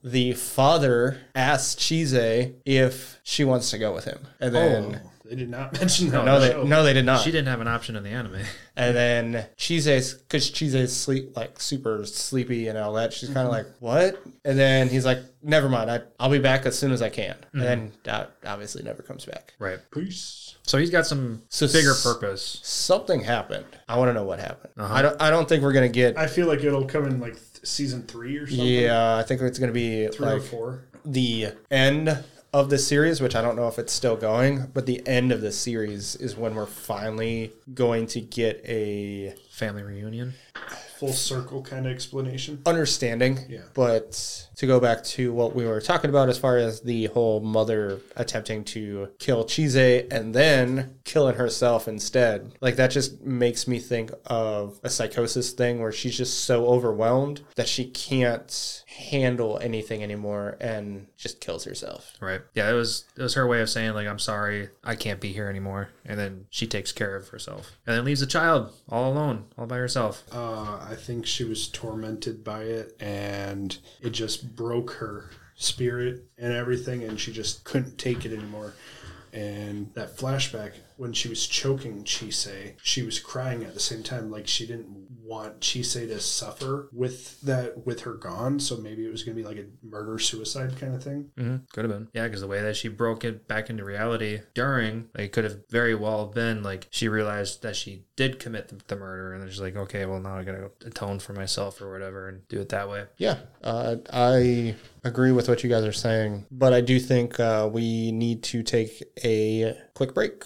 Speaker 3: the father asks chise if she wants to go with him and then
Speaker 2: Oh, they did not mention that.
Speaker 3: no
Speaker 2: on the
Speaker 3: they
Speaker 2: show.
Speaker 3: no they did not
Speaker 1: She didn't have an option in the anime.
Speaker 3: And then Chise's, because Chise's sleep like super sleepy and all that. She's kind
Speaker 2: Mm-hmm.
Speaker 3: of like, "What?" And then he's like, "Never mind. I I'll be back as soon as I can."
Speaker 2: Mm-hmm.
Speaker 3: And then that obviously never comes back.
Speaker 1: Right.
Speaker 2: Peace.
Speaker 1: So he's got some
Speaker 3: So
Speaker 1: bigger
Speaker 3: s-
Speaker 1: purpose.
Speaker 3: Something happened. I want to know what happened. I don't. I don't think we're gonna get.
Speaker 2: Uh-huh. I feel like it'll come in like th- season three or something.
Speaker 3: yeah, I think it's gonna be
Speaker 2: three or
Speaker 3: like
Speaker 2: four.
Speaker 3: the end of the series, which I don't know if it's still going, but the end of the series is when we're finally going to get a
Speaker 1: Family reunion.
Speaker 2: Full circle kind of explanation.
Speaker 3: understanding.
Speaker 2: Yeah.
Speaker 3: But to go back to what we were talking about as far as the whole mother attempting to kill Chise and then killing herself instead, like that just makes me think of a psychosis thing where she's just so overwhelmed that she can't handle anything anymore and just kills herself.
Speaker 1: Right. Yeah, it was it was her way of saying like I'm sorry, I can't be here anymore. And then she takes care of herself. And then leaves the child all alone, all by herself.
Speaker 2: Uh, I think she was tormented by it, and it just broke her spirit and everything, and she just couldn't take it anymore. And that flashback when she was choking Chisei, she was crying at the same time, like she didn't want Chisei to suffer with that with her gone. So maybe it was gonna be like a murder suicide kind of thing.
Speaker 1: hmm Could have been. Yeah, because the way that she broke it back into reality during, like, it could have very well been like she realized that she did commit the, the murder, and then she's like, okay, well now I gotta go atone for myself or whatever, and do it that way.
Speaker 3: Yeah, uh, I agree with what you guys are saying, but I do think uh, we need to take a quick break.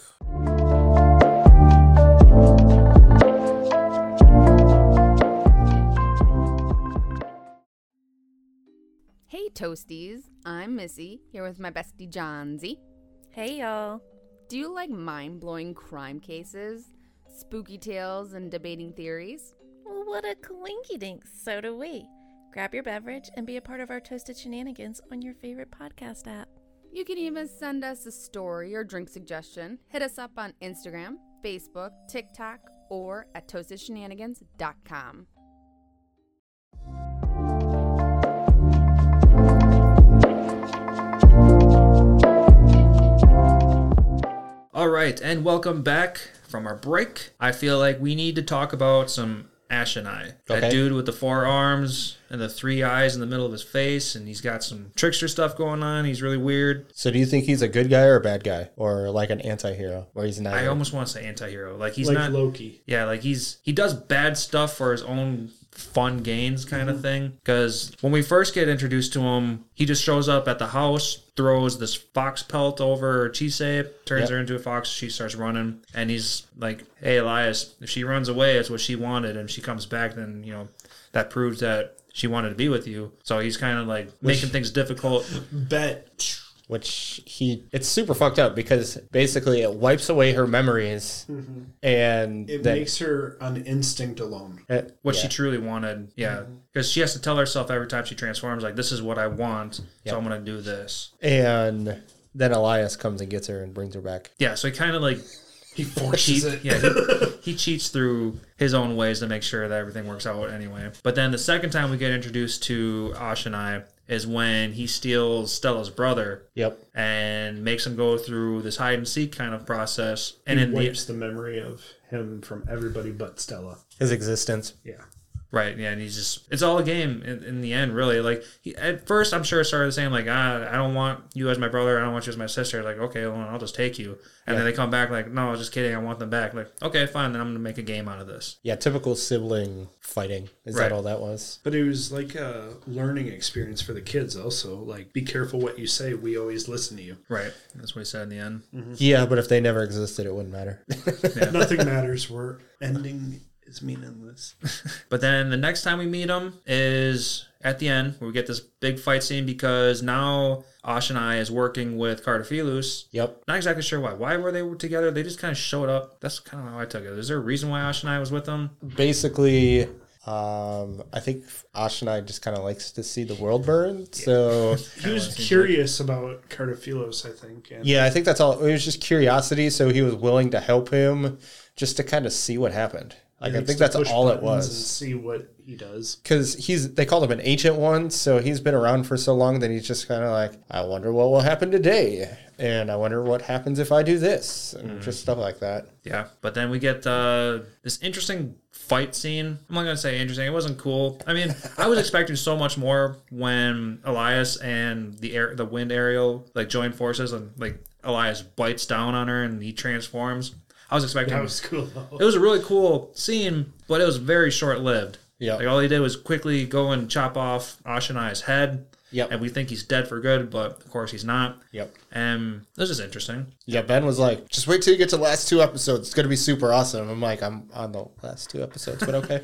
Speaker 4: Hey Toasties, I'm Missy, here with my bestie John Z.
Speaker 5: Hey y'all.
Speaker 4: Do you like mind blowing crime cases, spooky tales, and debating theories?
Speaker 5: Well, what a coinky dink, so do we. Grab your beverage and be a part of our toasted shenanigans on your favorite podcast app.
Speaker 4: You can even send us a story or drink suggestion. Hit us up on Instagram, Facebook, TikTok, or at toastedshenanigans.com.
Speaker 1: All right, and welcome back from our break. I feel like we need to talk about some Ash and I.
Speaker 3: Okay.
Speaker 1: That dude with the four arms and the three eyes in the middle of his face, and he's got some trickster stuff going on. He's really weird.
Speaker 3: So do you think he's a good guy or a bad guy or like an anti-hero where he's not
Speaker 1: I almost want to say anti-hero. Like he's
Speaker 2: like
Speaker 1: not
Speaker 2: Loki.
Speaker 1: Yeah, like he's he does bad stuff for his own fun gains kind
Speaker 3: Mm-hmm.
Speaker 1: of thing. Because when we first get introduced to him, he just shows up at the house, throws this fox pelt over Chisei, turns
Speaker 3: Yep.
Speaker 1: her into a fox. She starts running, and he's like, "Hey, Elias, if she runs away, it's what she wanted, and if she comes back, then you know that proves that." She wanted to be with you, so he's kind of like making things difficult.
Speaker 2: Bet.
Speaker 3: which he it's super fucked up because basically it wipes away her memories and
Speaker 2: It
Speaker 3: then
Speaker 2: makes her on instinct alone.
Speaker 3: it-
Speaker 1: what
Speaker 3: yeah. Mm-hmm.
Speaker 1: she truly wanted. Yeah. Because she has to tell herself every time she transforms, like, this is what I want, so I'm going to do this.
Speaker 3: and then Elias comes and gets her and brings her back.
Speaker 1: Yeah. So he kind of like
Speaker 2: He forces
Speaker 1: cheats.
Speaker 2: it.
Speaker 1: Yeah. He, he cheats through his own ways to make sure that everything works out anyway. But then the second time we get introduced to Ash and I is when he steals Stella's brother
Speaker 3: Yep.
Speaker 1: and makes him go through this hide and seek kind of process. And
Speaker 2: he
Speaker 1: in the
Speaker 2: wipes the memory of him from everybody but Stella.
Speaker 3: His existence.
Speaker 2: Yeah.
Speaker 1: Right. Yeah. And he's just, it's all a game in, in the end, really. Like, he, at first, I'm sure it started saying, like, ah, I don't want you as my brother. I don't want you as my sister. Like, okay, well, I'll just take you. And then they come back, like, no, I was just kidding. I want them back. Like, okay, fine. Then I'm going to make a game out of this.
Speaker 3: Yeah, typical sibling fighting. Is
Speaker 1: Right.
Speaker 3: that all that was?
Speaker 2: But it was like a learning experience for the kids, also. Like, be careful what you say. We always listen to you.
Speaker 1: Right. That's what he said in the end.
Speaker 3: Yeah, but if they never existed, it wouldn't matter.
Speaker 2: Nothing matters. We're ending is meaningless.
Speaker 1: But then the next time we meet him is at the end where we get this big fight scene because now Ash and I is working with Cardaphilus.
Speaker 3: yep.
Speaker 1: Not exactly sure why. Why were they together? They just kind of showed up. That's kind of how I took it. Is there a reason why Ash and I was with them?
Speaker 3: Basically, um, I think Ash and I just kind of likes to see the world burn. So
Speaker 2: He was curious about Cardophilos, I think. And
Speaker 3: yeah, I think that's all. It was just curiosity. So he was willing to help him just to kind of see what happened. Like I
Speaker 2: likes
Speaker 3: think
Speaker 2: to
Speaker 3: that's
Speaker 2: push
Speaker 3: all it
Speaker 2: buttons And
Speaker 3: was.
Speaker 2: see what he does.
Speaker 3: Because he's they called him an ancient one, so he's been around for so long that he's just kind of like, I wonder what will happen today, and I wonder what happens if I do this, and just stuff like that.
Speaker 1: Yeah, but then we get uh, this interesting fight scene. I'm not gonna say interesting. It wasn't cool. I mean, I was expecting so much more when Elias and the air, the wind aerial like join forces and like Elias bites down on her and he transforms. I was expecting
Speaker 2: That was cool.
Speaker 1: it was a really cool scene, but it was very short lived.
Speaker 3: Yeah.
Speaker 1: like all he did was quickly go and chop off Ashanai's head.
Speaker 3: Yep.
Speaker 1: and we think he's dead for good, but of course he's not.
Speaker 3: Yep.
Speaker 1: and this is interesting.
Speaker 3: Yeah, Ben was like, just wait till you get to the last two episodes. It's gonna be super awesome. I'm like, I'm on the last two episodes, but okay.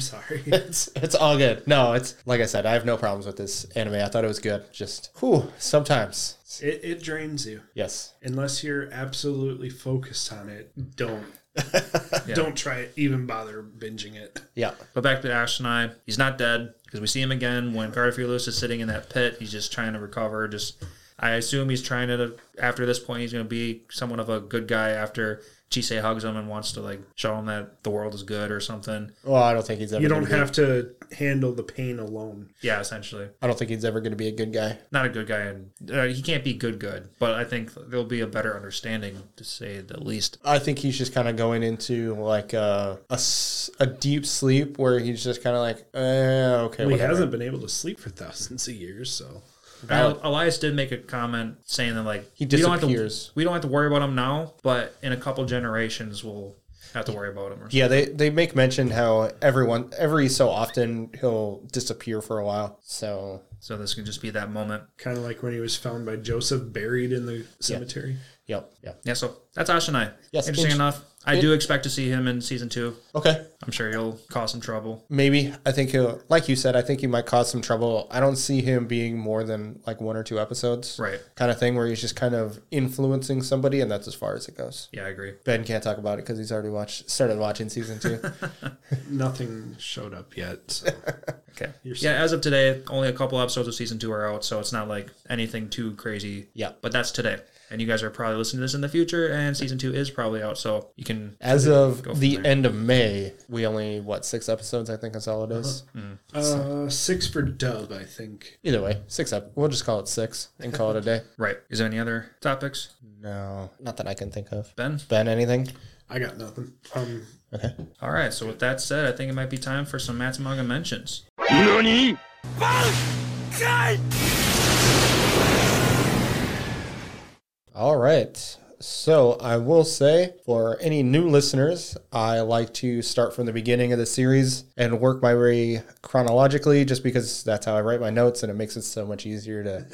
Speaker 2: sorry.
Speaker 3: it's it's all good. No, it's like I said, I have no problems with this anime. I thought it was good. Just whew, sometimes.
Speaker 2: It, it drains you.
Speaker 3: Yes.
Speaker 2: Unless you're absolutely focused on it, don't. Don't try it. Even bother binging it.
Speaker 3: Yeah.
Speaker 1: But back to Ash and I, he's not dead because we see him again when Garfield is sitting in that pit. He's just trying to recover. Just, I assume he's trying to. After this point, he's going to be somewhat of a good guy. After Chisei hugs him and wants to like show him that the world is good or something.
Speaker 3: Well, I don't think he's ever
Speaker 2: You don't
Speaker 3: gonna be-
Speaker 2: have to handle the pain alone.
Speaker 1: Yeah, essentially,
Speaker 3: I don't think he's ever gonna be a good guy.
Speaker 1: not a good guy, and uh, he can't be good good. But I think there'll be a better understanding, to say the least.
Speaker 3: I think he's just kind of going into like a, a s- a deep sleep where he's just kind of like, eh, okay,
Speaker 2: Well, he
Speaker 3: whatever.
Speaker 2: hasn't been able to sleep for thousands of years, so
Speaker 1: Eli- Elias did make a comment saying that like
Speaker 3: He
Speaker 1: We don't have
Speaker 3: disappears.
Speaker 1: to, we don't have to worry about him now, but in a couple generations we'll have to worry about him. Or
Speaker 3: Yeah, they, they make mention how everyone every so often he'll disappear for a while. So
Speaker 1: So this can just be that moment.
Speaker 2: kind of like when he was found by Joseph buried in the cemetery.
Speaker 3: yep, yep.
Speaker 1: Yeah, so that's Ash and I.
Speaker 3: Yes,
Speaker 1: Interesting
Speaker 3: int-
Speaker 1: enough. I do expect to see him in season two.
Speaker 3: Okay,
Speaker 1: I'm sure he'll cause some trouble.
Speaker 3: maybe I think he'll like you said. I think he might cause some trouble. I don't see him being more than like one or two episodes,
Speaker 1: Right.
Speaker 3: Kind of thing where he's just kind of influencing somebody, and that's as far as it goes.
Speaker 1: Yeah, I agree.
Speaker 3: Ben can't talk about it because he's already watched started watching season two.
Speaker 2: Nothing showed up yet. So.
Speaker 1: Okay.
Speaker 2: You're
Speaker 1: yeah, as of today, only a couple episodes of season two are out, so it's not like anything too crazy.
Speaker 3: Yeah.
Speaker 1: But that's today. And you guys are probably listening to this in the future, and season two is probably out, so you can.
Speaker 3: As of
Speaker 1: from
Speaker 3: the end of May, we only what six episodes? I think that's all it is.
Speaker 2: uh, six for dub, I think.
Speaker 3: Either way, six up. We'll just call it six and call it a day.
Speaker 1: Right. Is there any other topics?
Speaker 3: No, not that I can think of.
Speaker 1: Ben?
Speaker 3: Ben, anything?
Speaker 2: I got nothing. Um,
Speaker 1: All right, so with that said, I think it might be time for some Matsumaga mentions.
Speaker 3: All right. So I will say for any new listeners, I like to start from the beginning of the series and work my way chronologically just because that's how I write my notes and it makes it so much easier to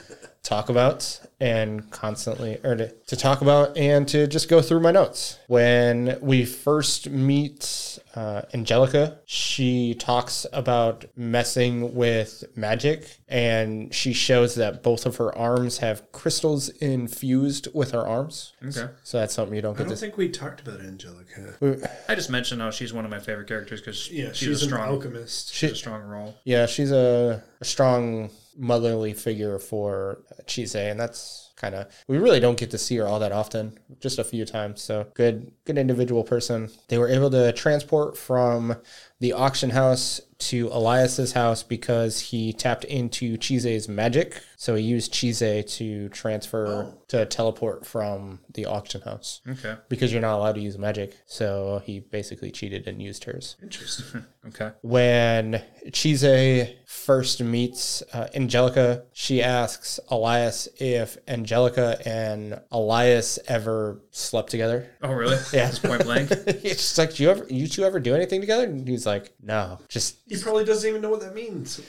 Speaker 3: talk about and constantly or to, to talk about and to just go through my notes. When we first meet uh, Angelica, she talks about messing with magic and she shows that both of her arms have crystals infused with her arms.
Speaker 1: Okay.
Speaker 3: So that's something you don't
Speaker 2: I
Speaker 3: get
Speaker 2: don't
Speaker 3: to
Speaker 2: think we talked about Angelica.
Speaker 1: I just mentioned how she's one of my favorite characters because
Speaker 2: Yeah, she's,
Speaker 1: she's, a
Speaker 2: an
Speaker 1: strong,
Speaker 2: alchemist.
Speaker 1: she's a strong role.
Speaker 3: Yeah, she's a, a strong motherly figure for Chise, and that's kind of we really don't get to see her all that often just a few times so good good individual person they were able to transport from the auction house to elias's house because he tapped into chize's magic so he used chize to transfer to teleport from the auction house
Speaker 1: Okay.
Speaker 3: because you're not allowed to use magic so he basically cheated and used hers
Speaker 2: Interesting.
Speaker 1: Okay.
Speaker 3: when Chise first meets uh, Angelica, she asks Elias if Angelica and Elias ever slept together.
Speaker 1: Oh, really? Yeah. It's point blank.
Speaker 3: it's just like, do you ever, you two ever do anything together? And he's like, no, just.
Speaker 2: He probably doesn't even know what that means.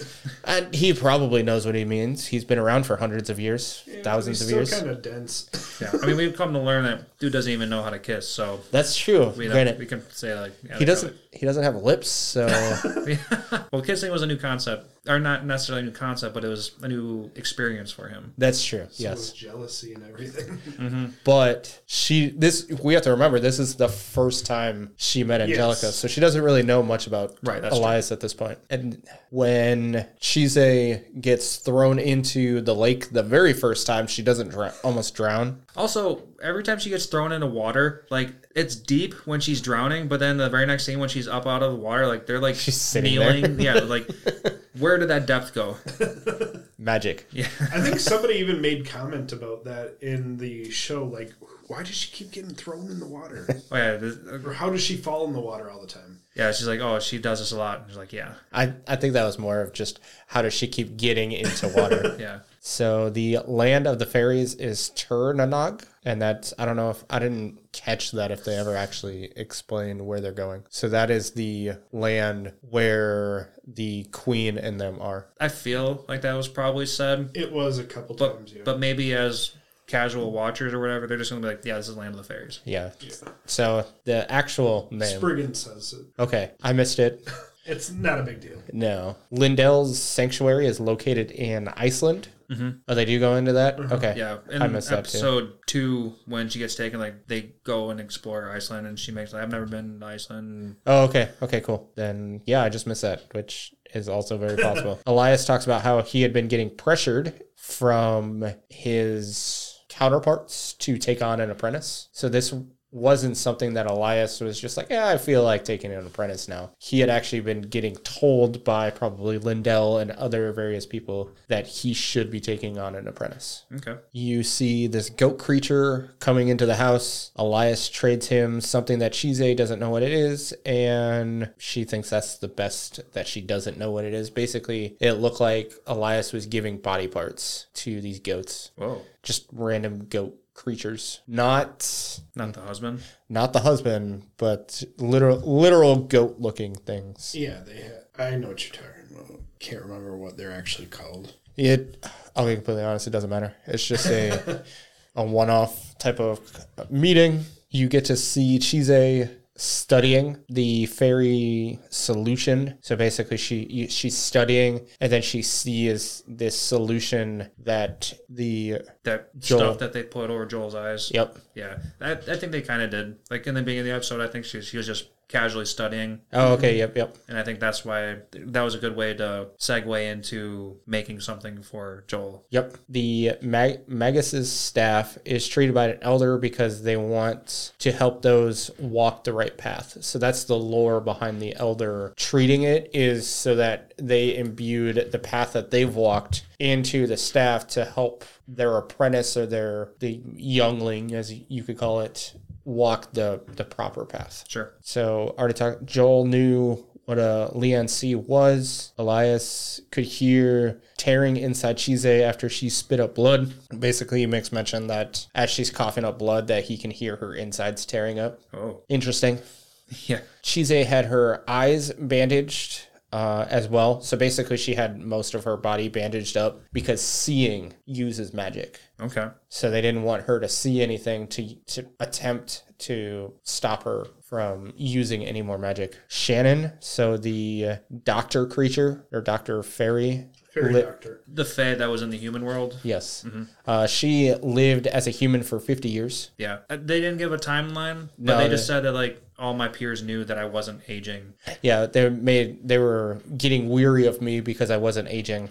Speaker 3: And he probably knows what he means. He's been around for hundreds of years, thousands of years.
Speaker 2: kind of dense.
Speaker 1: Yeah. I mean, we've come to learn that dude doesn't even know how to kiss, so
Speaker 3: That's true.
Speaker 1: we,
Speaker 3: Granted,
Speaker 1: we can say like yeah,
Speaker 3: he
Speaker 1: they
Speaker 3: doesn't. He doesn't have lips, so
Speaker 1: probably- well, kissing was a new concept, or not necessarily a new concept, but it was a new experience for him.
Speaker 3: that's true. Yes.
Speaker 2: With jealousy and everything.
Speaker 3: but she this we have to remember this is the first time she met Angelica,
Speaker 2: Yes.
Speaker 3: so she doesn't really know much about
Speaker 1: Right, that's
Speaker 3: Elias at this point. And when Chise gets thrown into the lake the very first time, she doesn't drown, almost drown.
Speaker 1: Also, every time she gets thrown into water, like it's deep when she's drowning, but then the very next scene when she's up out of the water, like they're like
Speaker 3: She's sitting there.
Speaker 1: kneeling. Yeah, like where did that depth go?
Speaker 3: Magic.
Speaker 1: Yeah.
Speaker 2: I think somebody even made comment about that in the show. Like, why does she keep getting thrown in the water?
Speaker 1: Oh, yeah, this-
Speaker 2: or how does she fall in the water all the time?
Speaker 1: yeah. She's like, oh, she does this a lot. And she's like, yeah,
Speaker 3: I, I think that was more of just how does she keep getting into water.
Speaker 1: yeah.
Speaker 3: So the land of the fairies is Turnanog, and that's I don't know if I didn't catch that if they ever actually explain where they're going. So that is the land where the queen and them are.
Speaker 1: I feel like that was probably said,
Speaker 2: It was a couple
Speaker 1: but
Speaker 2: times. Yeah.
Speaker 1: but maybe as casual watchers or whatever, they're just gonna be like, yeah, this is Land of the Fairies.
Speaker 3: Yeah. So the actual name.
Speaker 2: Spriggan says it.
Speaker 3: Okay, I missed it.
Speaker 2: It's not a big deal.
Speaker 3: No, Lindell's sanctuary is located in Iceland. Oh, they do go into that. Okay.
Speaker 1: Yeah, in
Speaker 3: I missed that too.
Speaker 1: episode two when she gets taken, like they go and explore Iceland, and she makes. I've never been to Iceland.
Speaker 3: Oh, okay. Okay, cool. Then, yeah, I just missed that, which is also very possible. Elias talks about how he had been getting pressured from his counterparts to take on an apprentice. So, this wasn't something that Elias was just like, yeah, I feel like taking an apprentice now. He had actually been getting told by probably Lindell and other various people that he should be taking on an apprentice.
Speaker 1: Okay,
Speaker 3: You see this goat creature coming into the house. Elias trades him something that Shize doesn't know what it is, and she thinks that's the best that she doesn't know what it is. Basically, it looked like Elias was giving body parts to these goats,
Speaker 1: whoa,
Speaker 3: just random goat creatures. Not
Speaker 1: not the husband.
Speaker 3: not the husband, but literal literal goat looking things.
Speaker 2: Yeah, they. Ha- I know what you're talking about. Can't remember what they're actually called.
Speaker 3: It, I'll be completely honest, it doesn't matter. It's just a, a one off type of meeting. You get to see Chise studying the fairy solution. So basically, she you- she's studying, and then she sees this solution that the
Speaker 1: That
Speaker 3: Joel.
Speaker 1: stuff that they put over Joel's eyes.
Speaker 3: yep
Speaker 1: Yeah, I, I think they kind of did. Like in the beginning of the episode, I think she, she was just casually studying,
Speaker 3: oh okay yep yep
Speaker 1: and I think that's why that was a good way to segue into making something for Joel.
Speaker 3: Yep. The Mag- Magus's staff is treated by an elder because they want to help those walk the right path. So that's the lore behind the elder treating it is so that they imbued the path that they've walked into the staff to help their apprentice or their the youngling as you could call it walk the the proper path.
Speaker 1: Sure.
Speaker 3: So already talked. Joel knew what a Leon C was. Elias could hear tearing inside Chise after she spit up blood. Basically, he makes mention that as she's coughing up blood, that he can hear her insides tearing up.
Speaker 1: Oh,
Speaker 3: Interesting.
Speaker 1: yeah.
Speaker 3: Chise had her eyes bandaged uh, as well. So basically, she had most of her body bandaged up because seeing uses magic.
Speaker 1: Okay.
Speaker 3: So they didn't want her to see anything to to attempt to stop her from using any more magic. Shannon, so the uh, doctor creature or doctor fairy
Speaker 2: Fairy
Speaker 3: Lit-
Speaker 2: Doctor.
Speaker 1: The Fae that was in the human world.
Speaker 3: Yes. Uh, she lived as a human for 50 years.
Speaker 1: Yeah. Uh, They didn't give a timeline, but
Speaker 3: No,
Speaker 1: they just
Speaker 3: they-
Speaker 1: said that, like, all my peers knew that I wasn't aging.
Speaker 3: Yeah, they made they were getting weary of me because I wasn't aging.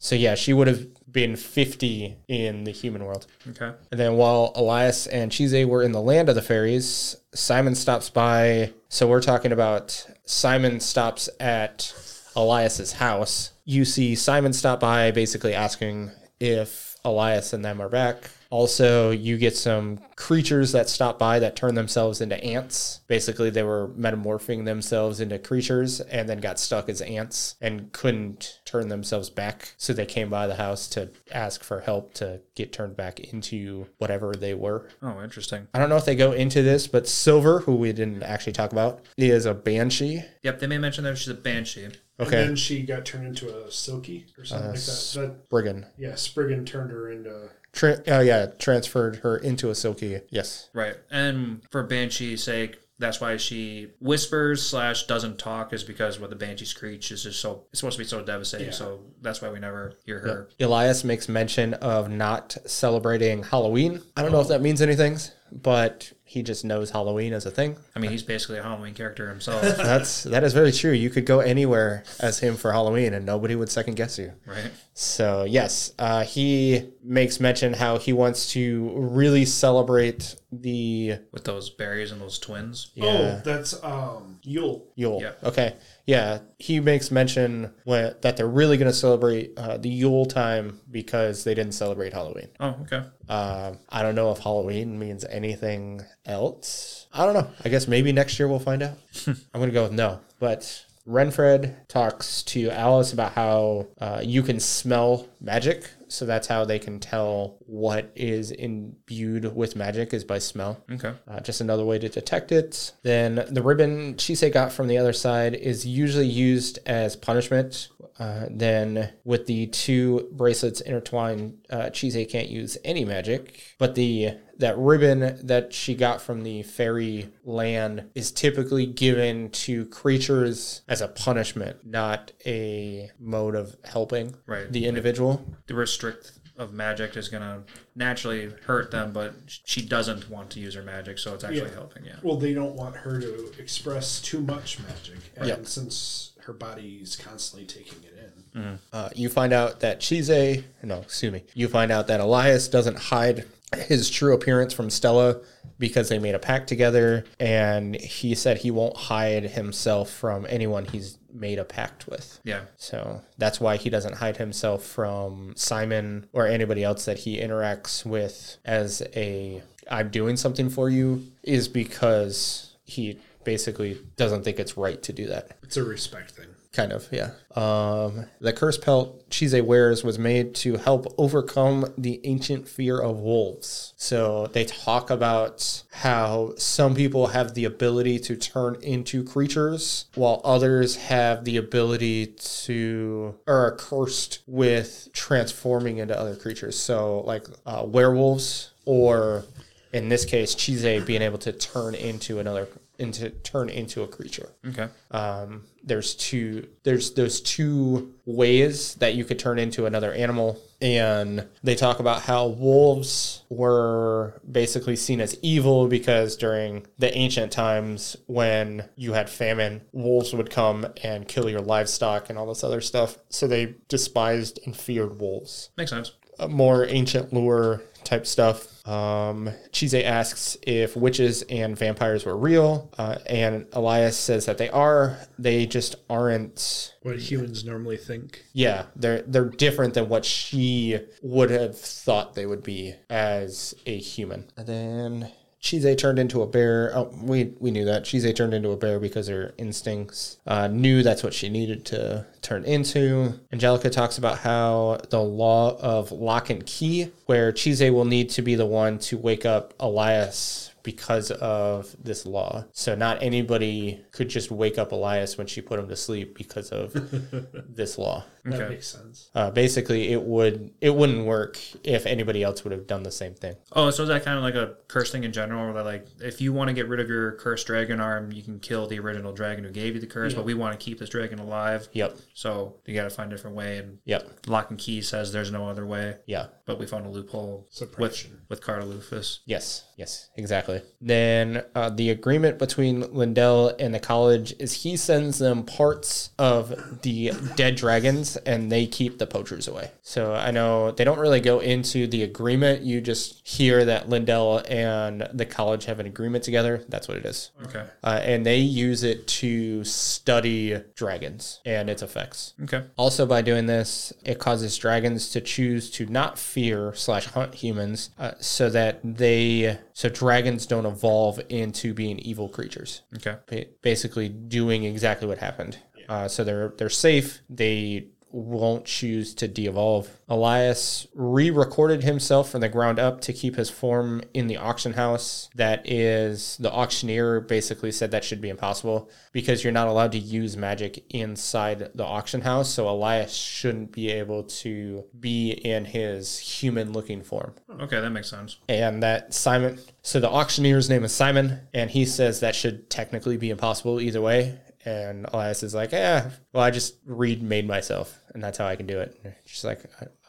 Speaker 3: So yeah, she would have been 50 in the human world.
Speaker 1: Okay.
Speaker 3: And then while Elias and Chise were in the land of the fairies, Simon stops by. So we're talking about Simon stops at Elias's house. You see Simon stop by basically asking if Elias and them are back. Also, you get some creatures that stop by that turn themselves into ants. Basically, they were metamorphing themselves into creatures and then got stuck as ants and couldn't turn themselves back. So they came by the house to ask for help to get turned back into whatever they were.
Speaker 1: Oh, interesting.
Speaker 3: I don't know if they go into this, but Silver, who we didn't actually talk about, is a banshee.
Speaker 1: Yep. They may mention that she's a banshee.
Speaker 3: Okay.
Speaker 2: And then she got turned into a silky or something like that. that.
Speaker 3: Brigand.
Speaker 2: Yeah, Spriggan turned her into.
Speaker 3: Tra- oh, yeah, transferred her into a silky. Yes.
Speaker 1: Right. And for banshee's sake, that's why she whispers slash doesn't talk is because what the banshee screech is just so it's supposed to be so devastating. So that's why we never hear her.
Speaker 3: Elias makes mention of not celebrating Halloween. I don't know if that means anything, but he just knows Halloween as a thing.
Speaker 1: I mean, he's basically a Halloween character himself,
Speaker 3: That's that is very true. You could go anywhere as him for Halloween and nobody would second guess you.
Speaker 1: right?
Speaker 3: So, yes, uh, he makes mention how he wants to really celebrate the
Speaker 1: With those berries and those twins.
Speaker 3: yeah,
Speaker 2: Oh, that's um Yule.
Speaker 3: Yule.
Speaker 1: Yeah.
Speaker 3: Okay. Yeah, he makes mention when, that they're really going to celebrate uh, the Yule time because they didn't celebrate Halloween.
Speaker 1: Oh, okay.
Speaker 3: Um, I don't know if Halloween means anything else. I don't know. I guess maybe next year we'll find out. I'm gonna go with no. But Renfred talks to Alice about how uh, you can smell magic, so that's how they can tell what is imbued with magic is by smell.
Speaker 1: Okay.
Speaker 3: Uh, just another way to detect it. Then the ribbon Chisei got from the other side is usually used as punishment. Uh, then with the two bracelets intertwined, uh, Chisei can't use any magic. But the that ribbon that she got from the fairy land is typically given to creatures as a punishment, not a mode of helping
Speaker 1: Right.
Speaker 3: the individual.
Speaker 1: The restrict of magic is going to naturally hurt them, but she doesn't want to use her magic, so it's actually
Speaker 2: Yeah.
Speaker 1: helping. Yeah.
Speaker 2: Well, they don't want her to express too much magic, and
Speaker 3: Yeah.
Speaker 2: since her body's constantly taking it in,
Speaker 3: Uh, you find out that Chise, no, excuse me, you find out that Elias doesn't hide his true appearance from Stella because they made a pact together, and he said he won't hide himself from anyone he's made a pact with.
Speaker 1: Yeah.
Speaker 3: So that's why he doesn't hide himself from Simon or anybody else that he interacts with as a I'm doing something for you is because he basically doesn't think it's right to do that.
Speaker 2: it's a respect thing.
Speaker 3: Kind of, yeah. Um, the curse pelt Chise wears was made to help overcome the ancient fear of wolves. So they talk about how some people have the ability to turn into creatures, while others have the ability to, or are cursed with transforming into other creatures. So, like uh, werewolves, or in this case, Chise being able to turn into another, into turn into a creature
Speaker 1: Okay.
Speaker 3: um, there's two there's those two ways that you could turn into another animal and they talk about how wolves were basically seen as evil because during the ancient times when you had famine wolves would come and kill your livestock and all this other stuff so they despised and feared wolves
Speaker 1: Makes sense.
Speaker 3: uh, more ancient lure type stuff. Um, Chise asks if witches and vampires were real, uh, and Elias says that they are. They just aren't.
Speaker 2: What humans normally think.
Speaker 3: Yeah, they're they're different than what she would have thought they would be as a human. And then Chise turned into a bear. Oh, we we knew that Chise turned into a bear because her instincts uh, knew that's what she needed to turn into. Angelica talks about how the law of lock and key, where Chise will need to be the one to wake up Elias because of this law. So not anybody could just wake up Elias when she put him to sleep because of this law.
Speaker 2: That
Speaker 1: Okay.
Speaker 2: makes sense.
Speaker 3: Uh, basically, it would it wouldn't work if anybody else would have done the same thing.
Speaker 1: Oh, so is that kind of like a curse thing in general, where they're like, if you want to get rid of your cursed dragon arm, you can kill the original dragon who gave you the curse, but we want to keep this dragon alive.
Speaker 3: Yep.
Speaker 1: So you got to find a different way. And
Speaker 3: Yep.
Speaker 1: Lock and Key says there's no other way,
Speaker 3: Yeah.
Speaker 1: but we found a loophole
Speaker 2: Suppression.
Speaker 1: with with Cardaluphus.
Speaker 3: Yes, yes, exactly. Then uh, the agreement between Lindell and the college is he sends them parts of the dead dragons and they keep the poachers away. So I know they don't really go into the agreement. You just hear that Lindell and the college have an agreement together. That's what it is.
Speaker 1: Okay.
Speaker 3: Uh, and they use it to study dragons and its effects.
Speaker 1: Okay.
Speaker 3: Also, by doing this, it causes dragons to choose to not fear slash hunt humans, uh, so that they so dragons don't evolve into being evil creatures.
Speaker 1: Okay.
Speaker 3: Ba- basically, doing exactly what happened. Uh, so they're they're safe. They won't choose to de-evolve. Elias re-recorded himself from the ground up to keep his form in the auction house. That is the auctioneer basically said that should be impossible because you're not allowed to use magic inside the auction house. So Elias shouldn't be able to be in his human looking form
Speaker 1: Okay, that makes sense.
Speaker 3: and that Simon. So the auctioneer's name is Simon, and he says that should technically be impossible either way. And Elias is like, "Yeah, well, I just read made myself, and that's how I can do it." And She's like,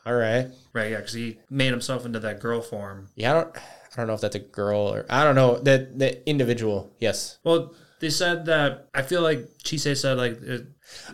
Speaker 3: "All right,
Speaker 1: Right. Yeah, because he made himself into that girl form.
Speaker 3: yeah, I don't, I don't know if that's a girl or I don't know that the individual. Yes,
Speaker 1: Well, they said that I feel like Chise said like it, it-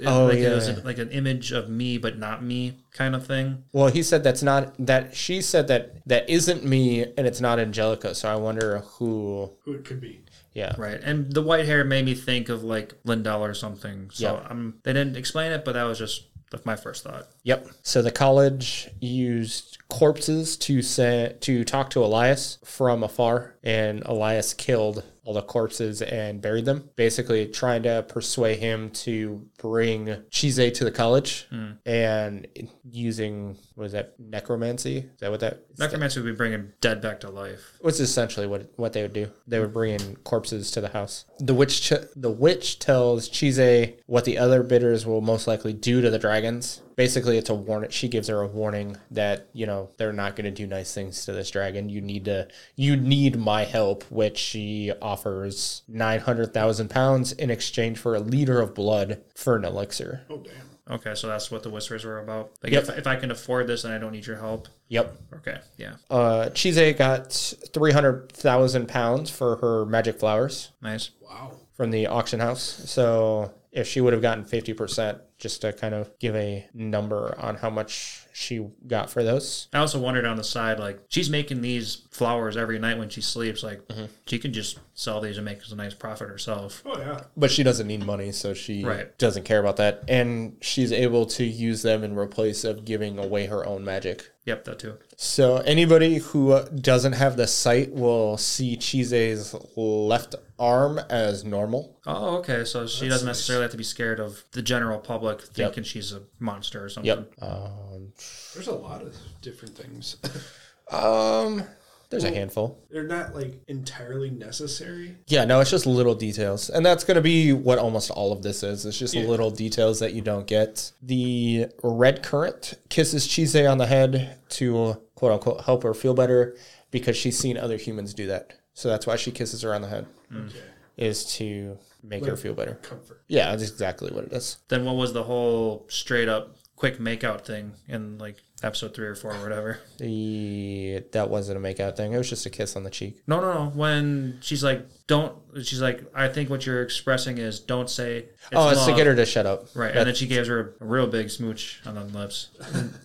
Speaker 3: Oh,
Speaker 1: like
Speaker 3: yeah,
Speaker 1: it was
Speaker 3: yeah.
Speaker 1: like an image of me but not me kind of thing.
Speaker 3: Well, he said that's not that she said that that isn't me, and it's not Angelica. So I wonder who.
Speaker 2: Who it could be.
Speaker 3: Yeah,
Speaker 1: Right. And the white hair made me think of like Lindell or something. So
Speaker 3: Yeah.
Speaker 1: um, they didn't explain it, but that was just like my first thought.
Speaker 3: Yep. So the college used corpses to say, to talk to Elias from afar, and Elias killed all the corpses and buried them, basically trying to persuade him to bring Chise to the college and using what is that necromancy? Is that what that?
Speaker 1: Necromancy would be bringing dead back to life.
Speaker 3: What's essentially what what they would do? They would bring in corpses to the house. The witch ch- the witch tells Chise what the other bidders will most likely do to the dragons. Basically, it's a warning. She gives her a warning that you know they're not going to do nice things to this dragon. You need to you need my help, which she offers nine hundred thousand pounds in exchange for a liter of blood for an elixir.
Speaker 2: Oh damn.
Speaker 1: Okay, so that's what the whispers were about. Like
Speaker 3: Yep.
Speaker 1: if, if I can afford this and I don't need your help.
Speaker 3: Yep.
Speaker 1: Okay. Yeah.
Speaker 3: Uh, Chise got three hundred thousand pounds for her magic flowers.
Speaker 1: Nice.
Speaker 2: Wow.
Speaker 3: from the auction house. So if she would have gotten 50%, just to kind of give a number on how much she got for those.
Speaker 1: I also wondered on the side, like she's making these flowers every night when she sleeps. Like
Speaker 3: Mm-hmm.
Speaker 1: she can just sell these and make a nice profit herself.
Speaker 2: Oh yeah.
Speaker 3: But she doesn't need money, so she
Speaker 1: Right.
Speaker 3: doesn't care about that. And she's able to use them in replace of giving away her own magic.
Speaker 1: Yep, that too.
Speaker 3: So anybody who uh, doesn't have the sight will see Chise's left arm as normal.
Speaker 1: Oh, okay. So she doesn't necessarily have to be scared of the general public thinking she's a monster or something.
Speaker 3: Yep. Um,
Speaker 2: There's a lot of different things.
Speaker 3: um there's a handful.
Speaker 2: They're not like entirely necessary.
Speaker 3: Yeah, no, it's just little details. And that's going to be what almost all of this is. It's just little details that you don't get. The red current kisses Chise on the head to quote unquote help her feel better because she's seen other humans do that. So that's why she kisses her on the head
Speaker 1: Mm.
Speaker 2: Okay.
Speaker 3: is to make her feel better.
Speaker 2: Comfort.
Speaker 3: Yeah, that's exactly what it is.
Speaker 1: Then what was the whole straight up quick makeout thing in like episode three or four or whatever?
Speaker 3: The that wasn't a makeout thing. It was just a kiss on the cheek.
Speaker 1: No, no, no. When she's like, "Don't," she's like, "I think what you're expressing is don't say." It's
Speaker 3: oh, it's to
Speaker 1: love."
Speaker 3: get her to shut up.
Speaker 1: Right, and then she gives her a real big smooch on the lips.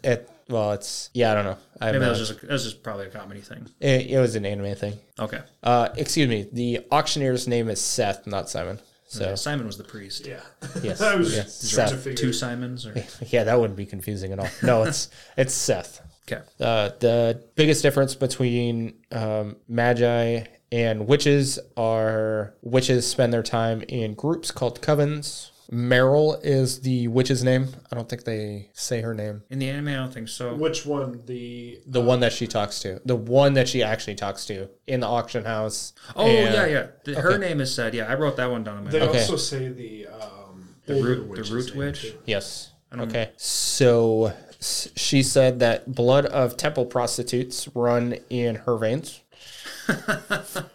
Speaker 3: It, well, it's yeah, I don't know. I have
Speaker 1: Maybe that
Speaker 3: no-
Speaker 1: was just a, that was just probably a comedy thing.
Speaker 3: it, it was an anime thing.
Speaker 1: Okay.
Speaker 3: Uh, excuse me. The auctioneer's name is Seth, not Simon. So
Speaker 1: Simon was the priest.
Speaker 2: Yeah.
Speaker 3: Yes.
Speaker 2: I was
Speaker 3: Yeah.
Speaker 2: just trying to
Speaker 3: Seth,
Speaker 2: figure
Speaker 1: Two Simons or
Speaker 3: yeah, that wouldn't be confusing at all. No, it's it's Seth.
Speaker 1: Okay.
Speaker 3: Uh, the biggest difference between um, magi and witches are witches spend their time in groups called covens. Meryl is the witch's name. I don't think they say her name.
Speaker 1: In the anime, I don't think so.
Speaker 2: Which one? The
Speaker 3: The one that she talks to, the one that she actually talks to in the auction house.
Speaker 1: Oh
Speaker 3: And-
Speaker 1: yeah, yeah. The, Her name is said. Yeah, I wrote that one down in my.
Speaker 2: they
Speaker 1: notes.
Speaker 3: Okay.
Speaker 2: also say the um
Speaker 1: The
Speaker 2: older
Speaker 1: root, the
Speaker 2: witch's
Speaker 1: root
Speaker 2: name,
Speaker 1: witch.
Speaker 2: too.
Speaker 3: Yes. Okay. So s- she said that blood of temple prostitutes run in her veins.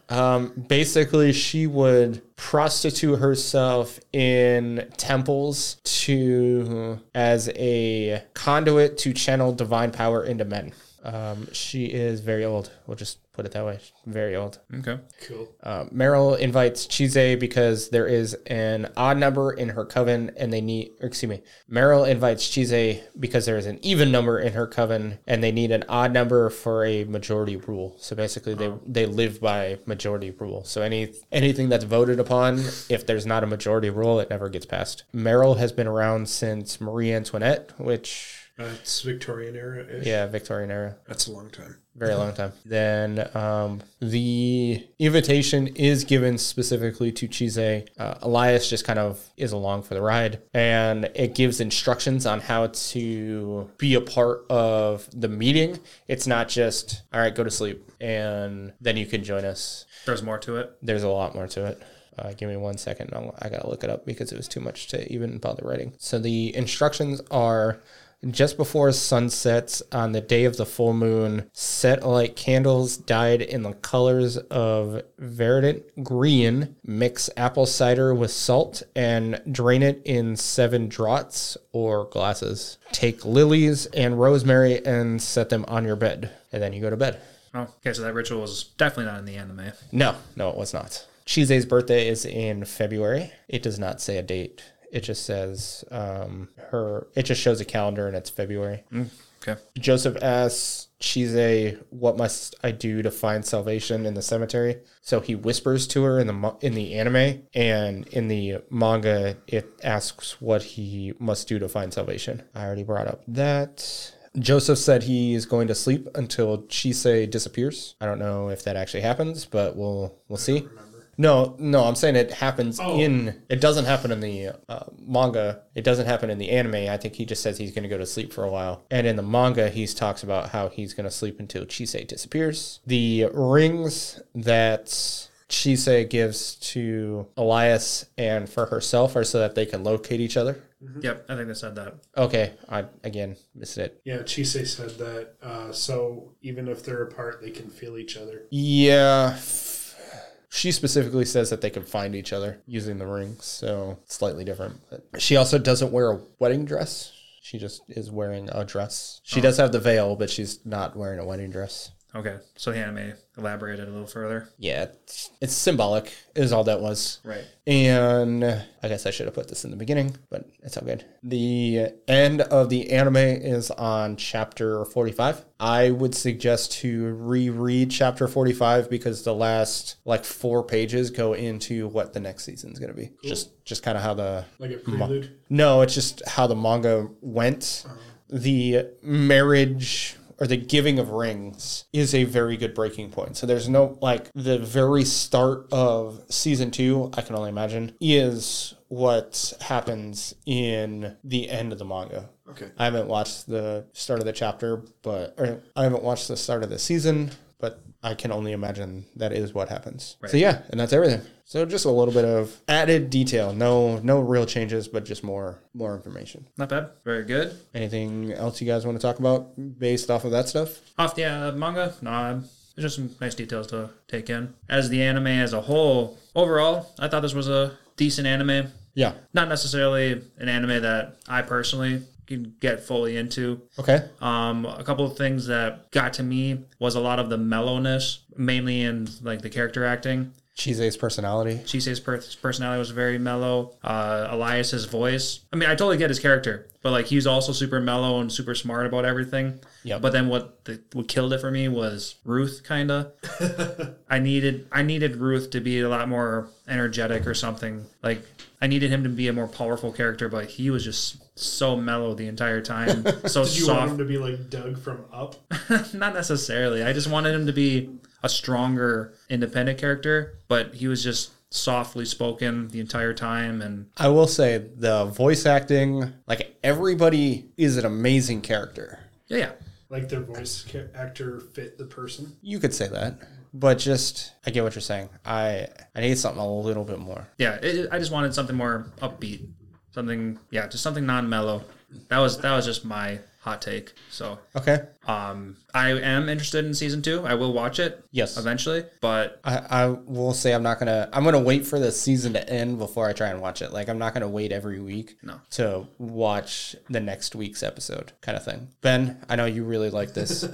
Speaker 3: Um, basically she would prostitute herself in temples to as a conduit to channel divine power into men um, she is very old we'll just put it that way very old
Speaker 1: Okay.
Speaker 2: Cool.
Speaker 3: uh, Meryl invites Chise because there is an odd number in her coven, and they need. or excuse me. Meryl invites Chise because there is an even number in her coven, and they need an odd number for a majority rule. So basically, they they live by majority rule. So any anything that's voted upon, if there's not a majority rule, it never gets passed. Meryl has been around since Marie Antoinette, which.
Speaker 2: Uh, it's Victorian era.
Speaker 3: Yeah, Victorian era
Speaker 2: That's a long time.
Speaker 3: very long time. Then um, the invitation is given specifically to Chise. Uh, Elias just kind of is along for the ride, and it gives instructions on how to be a part of the meeting. It's not just all right, go to sleep, and then you can join us.
Speaker 1: There's more to it.
Speaker 3: There's a lot more to it. Uh, give me one second. I'll, I gotta look it up because it was too much to even bother writing. So the instructions are: just before sun sets on the day of the full moon, set alight candles dyed in the colors of verdant green. Mix apple cider with salt and drain it in seven draughts or glasses. Take lilies and rosemary and set them on your bed, and then you go to bed.
Speaker 1: Oh, okay. So that ritual was definitely not in the anime.
Speaker 3: No, no, it was not. Chise's birthday is in February. It does not say a date. It just says um, her. It just shows a calendar, and it's February.
Speaker 1: Okay.
Speaker 3: Joseph asks Chise, "What must I do to find salvation in the cemetery?" So he whispers to her in the mo- in the anime and in the manga. It asks what he must do to find salvation. I already brought up that. Joseph said he is going to sleep until Chise disappears. I don't know if that actually happens, but we'll we'll see. No, no, I'm saying it happens in. It doesn't happen in the uh, manga. It doesn't happen in the anime. I think he just says he's going to go to sleep for a while. And in the manga, he talks about how he's going to sleep until Chise disappears. The rings that Chise gives to Elias and for herself are so that they can locate each other.
Speaker 1: Yep. I think they said that.
Speaker 3: Okay, I again missed it.
Speaker 2: Yeah, Chise said that. Uh, so even if they're apart, they can feel each other.
Speaker 3: Yeah. f- She specifically says that they can find each other using the rings, so slightly different. But she also doesn't wear a wedding dress. She just is wearing a dress. She does have the veil, but she's not wearing a wedding dress.
Speaker 1: Okay. So the anime elaborated a little further.
Speaker 3: Yeah, it's, it's symbolic, is all that was.
Speaker 1: Right.
Speaker 3: And I guess I should have put this in the beginning, but it's all good. The end of the anime is on chapter 45. I would suggest to reread chapter 45 because the last like four pages go into what the next season's going to be. Just just kind of how the
Speaker 2: Like a prelude.
Speaker 3: no, it's just how the manga went. The marriage or the giving of rings is a very good breaking point. So there's no like the very start of season two, I can only imagine, is what happens in the end of the manga.
Speaker 2: Okay.
Speaker 3: I haven't watched the start of the chapter, but or I haven't watched the start of the season, but I can only imagine that is what happens. So yeah, and that's everything. So just a little bit of added detail. No no real changes, but just more more information.
Speaker 1: Not bad. Very good.
Speaker 3: Anything else you guys want to talk about based off of that stuff?
Speaker 1: Off the uh, manga, nah, there's just some nice details to take in. As the anime as a whole, overall, I thought this was a decent anime.
Speaker 3: Yeah.
Speaker 1: Not necessarily an anime that I personally can get fully into.
Speaker 3: Okay.
Speaker 1: Um, a couple of things that got to me was a lot of the mellowness, mainly in like the character acting.
Speaker 3: Chise's personality.
Speaker 1: Chise's per- personality was very mellow. Uh, Elias's voice. I mean, I totally get his character, but like he's also super mellow and super smart about everything.
Speaker 3: Yep.
Speaker 1: But then what the, what killed it for me was Ruth. Kinda. I needed I needed Ruth to be a lot more energetic or something. Like I needed him to be a more powerful character, but he was just so mellow the entire time. So
Speaker 2: Did you want
Speaker 1: soft.
Speaker 2: him to be like Doug from Up?
Speaker 1: Not necessarily. I just wanted him to be a stronger, independent character, but he was just softly spoken the entire time. And
Speaker 3: I will say the voice acting, like everybody is an amazing character.
Speaker 1: yeah, yeah.
Speaker 2: Like their voice ca- actor fit the person?
Speaker 3: You could say that, but just I get what you're saying. I I need something a little bit more.
Speaker 1: Yeah, it, it- I just wanted something more upbeat. Something, yeah, just something non mellow. That was that was just my hot take. So
Speaker 3: Okay.
Speaker 1: um, I am interested in season two. I will watch it.
Speaker 3: Yes.
Speaker 1: eventually. But
Speaker 3: I, I will say I'm not gonna I'm gonna wait for the season to end before I try and watch it. Like I'm not gonna wait every week
Speaker 1: No.
Speaker 3: to watch the next week's episode kind of thing. Ben, I know you really like this.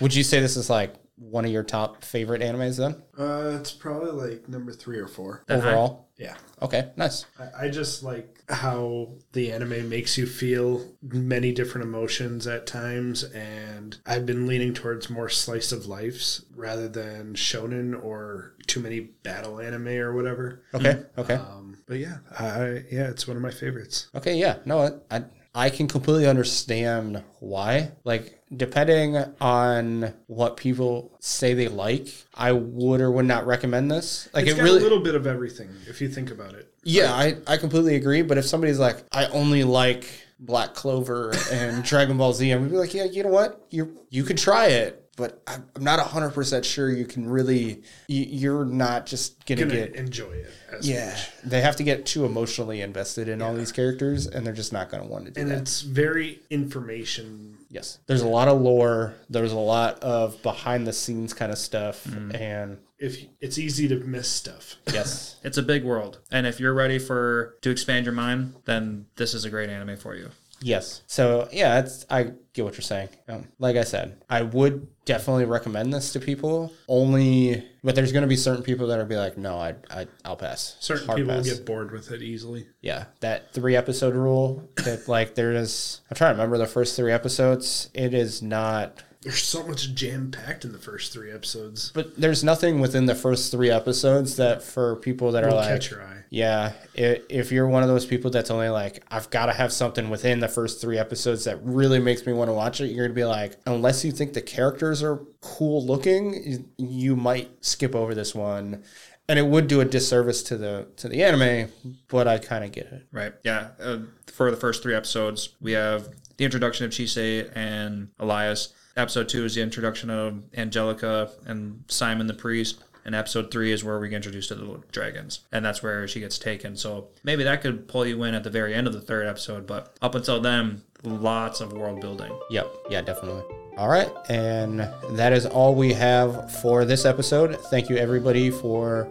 Speaker 3: Would you say this is like one of your top favorite animes then?
Speaker 2: Uh, it's probably like number three or four.
Speaker 3: Overall?
Speaker 2: Yeah.
Speaker 3: Okay, nice.
Speaker 2: I- I just like how the anime makes you feel many different emotions at times, and I've been leaning towards more slice of lives rather than shonen or too many battle anime or whatever.
Speaker 3: Okay, okay.
Speaker 2: Um, but yeah, I, yeah, it's one of my favorites.
Speaker 3: Okay, yeah. No, I I- I can completely understand why. Like depending on what people say they like, I would or would not recommend this. Like
Speaker 2: It's
Speaker 3: it
Speaker 2: got
Speaker 3: really
Speaker 2: a little bit of everything if you think about it.
Speaker 3: Yeah, I, I completely agree. But if somebody's like, I only like Black Clover and Dragon Ball Z, I would be like, yeah, you know what? You you could try it, but I'm I'm not 100% sure you can really, you, you're not just going to
Speaker 2: Gonna
Speaker 3: get.
Speaker 2: enjoy it. As
Speaker 3: Yeah,
Speaker 2: much.
Speaker 3: they have to get too emotionally invested in all these characters, and they're just not going to want to do
Speaker 2: and
Speaker 3: that.
Speaker 2: it's very information.
Speaker 3: Yes, there's a lot of lore. There's a lot of behind the scenes kind of stuff,
Speaker 2: Mm.
Speaker 3: and
Speaker 2: If it's easy to miss stuff,
Speaker 3: yes,
Speaker 1: it's a big world, and if you're ready for to expand your mind, then this is a great anime for you.
Speaker 3: Yes. So yeah, it's I get what you're saying. Um, like I said, I would definitely recommend this to people. Only, but there's going to be certain people that are be like, no, I, I I'll pass.
Speaker 2: certain
Speaker 3: Hard
Speaker 2: people
Speaker 3: pass.
Speaker 2: get bored with it easily.
Speaker 3: yeah that three episode rule. That like there is. I'm trying to remember the first three episodes. It is not.
Speaker 2: There's so much jam packed in the first three episodes.
Speaker 3: But there's nothing within the first three episodes that for people that are
Speaker 2: It'll
Speaker 3: like
Speaker 2: catch your eye.
Speaker 3: Yeah, i- if you're one of those people that's only like, I've got to have something within the first three episodes that really makes me want to watch it, you're gonna be like, unless you think the characters are cool looking, you, you might skip over this one, and it would do a disservice to the to the anime. But I kind of get it.
Speaker 1: Right. Yeah. Uh, for the first three episodes, we have the introduction of Chisei and Elias. Episode two is the introduction of Angelica and Simon the priest. And episode three is where we get introduced to the little dragons. And that's where she gets taken. So maybe that could pull you in at the very end of the third episode. But up until then, lots of world building.
Speaker 3: Yep. Yeah, definitely. All right. And that is all we have for this episode. Thank you, everybody, for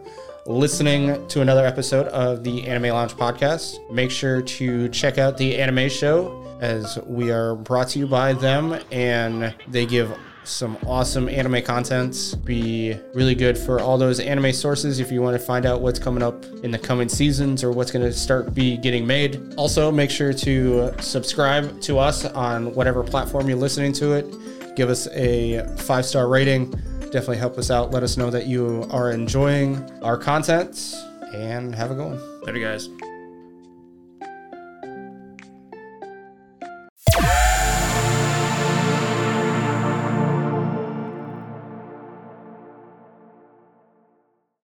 Speaker 3: listening to another episode of the Anime Lounge podcast. Make sure to check out the anime show as we are brought to you by them and they give some awesome anime contents be really good for all those anime sources if you want to find out what's coming up in the coming seasons or what's going to start be getting made also make sure to subscribe to us on whatever platform you're listening to it give us a five star rating definitely help us out let us know that you are enjoying our content and have a good one
Speaker 1: Later, guys.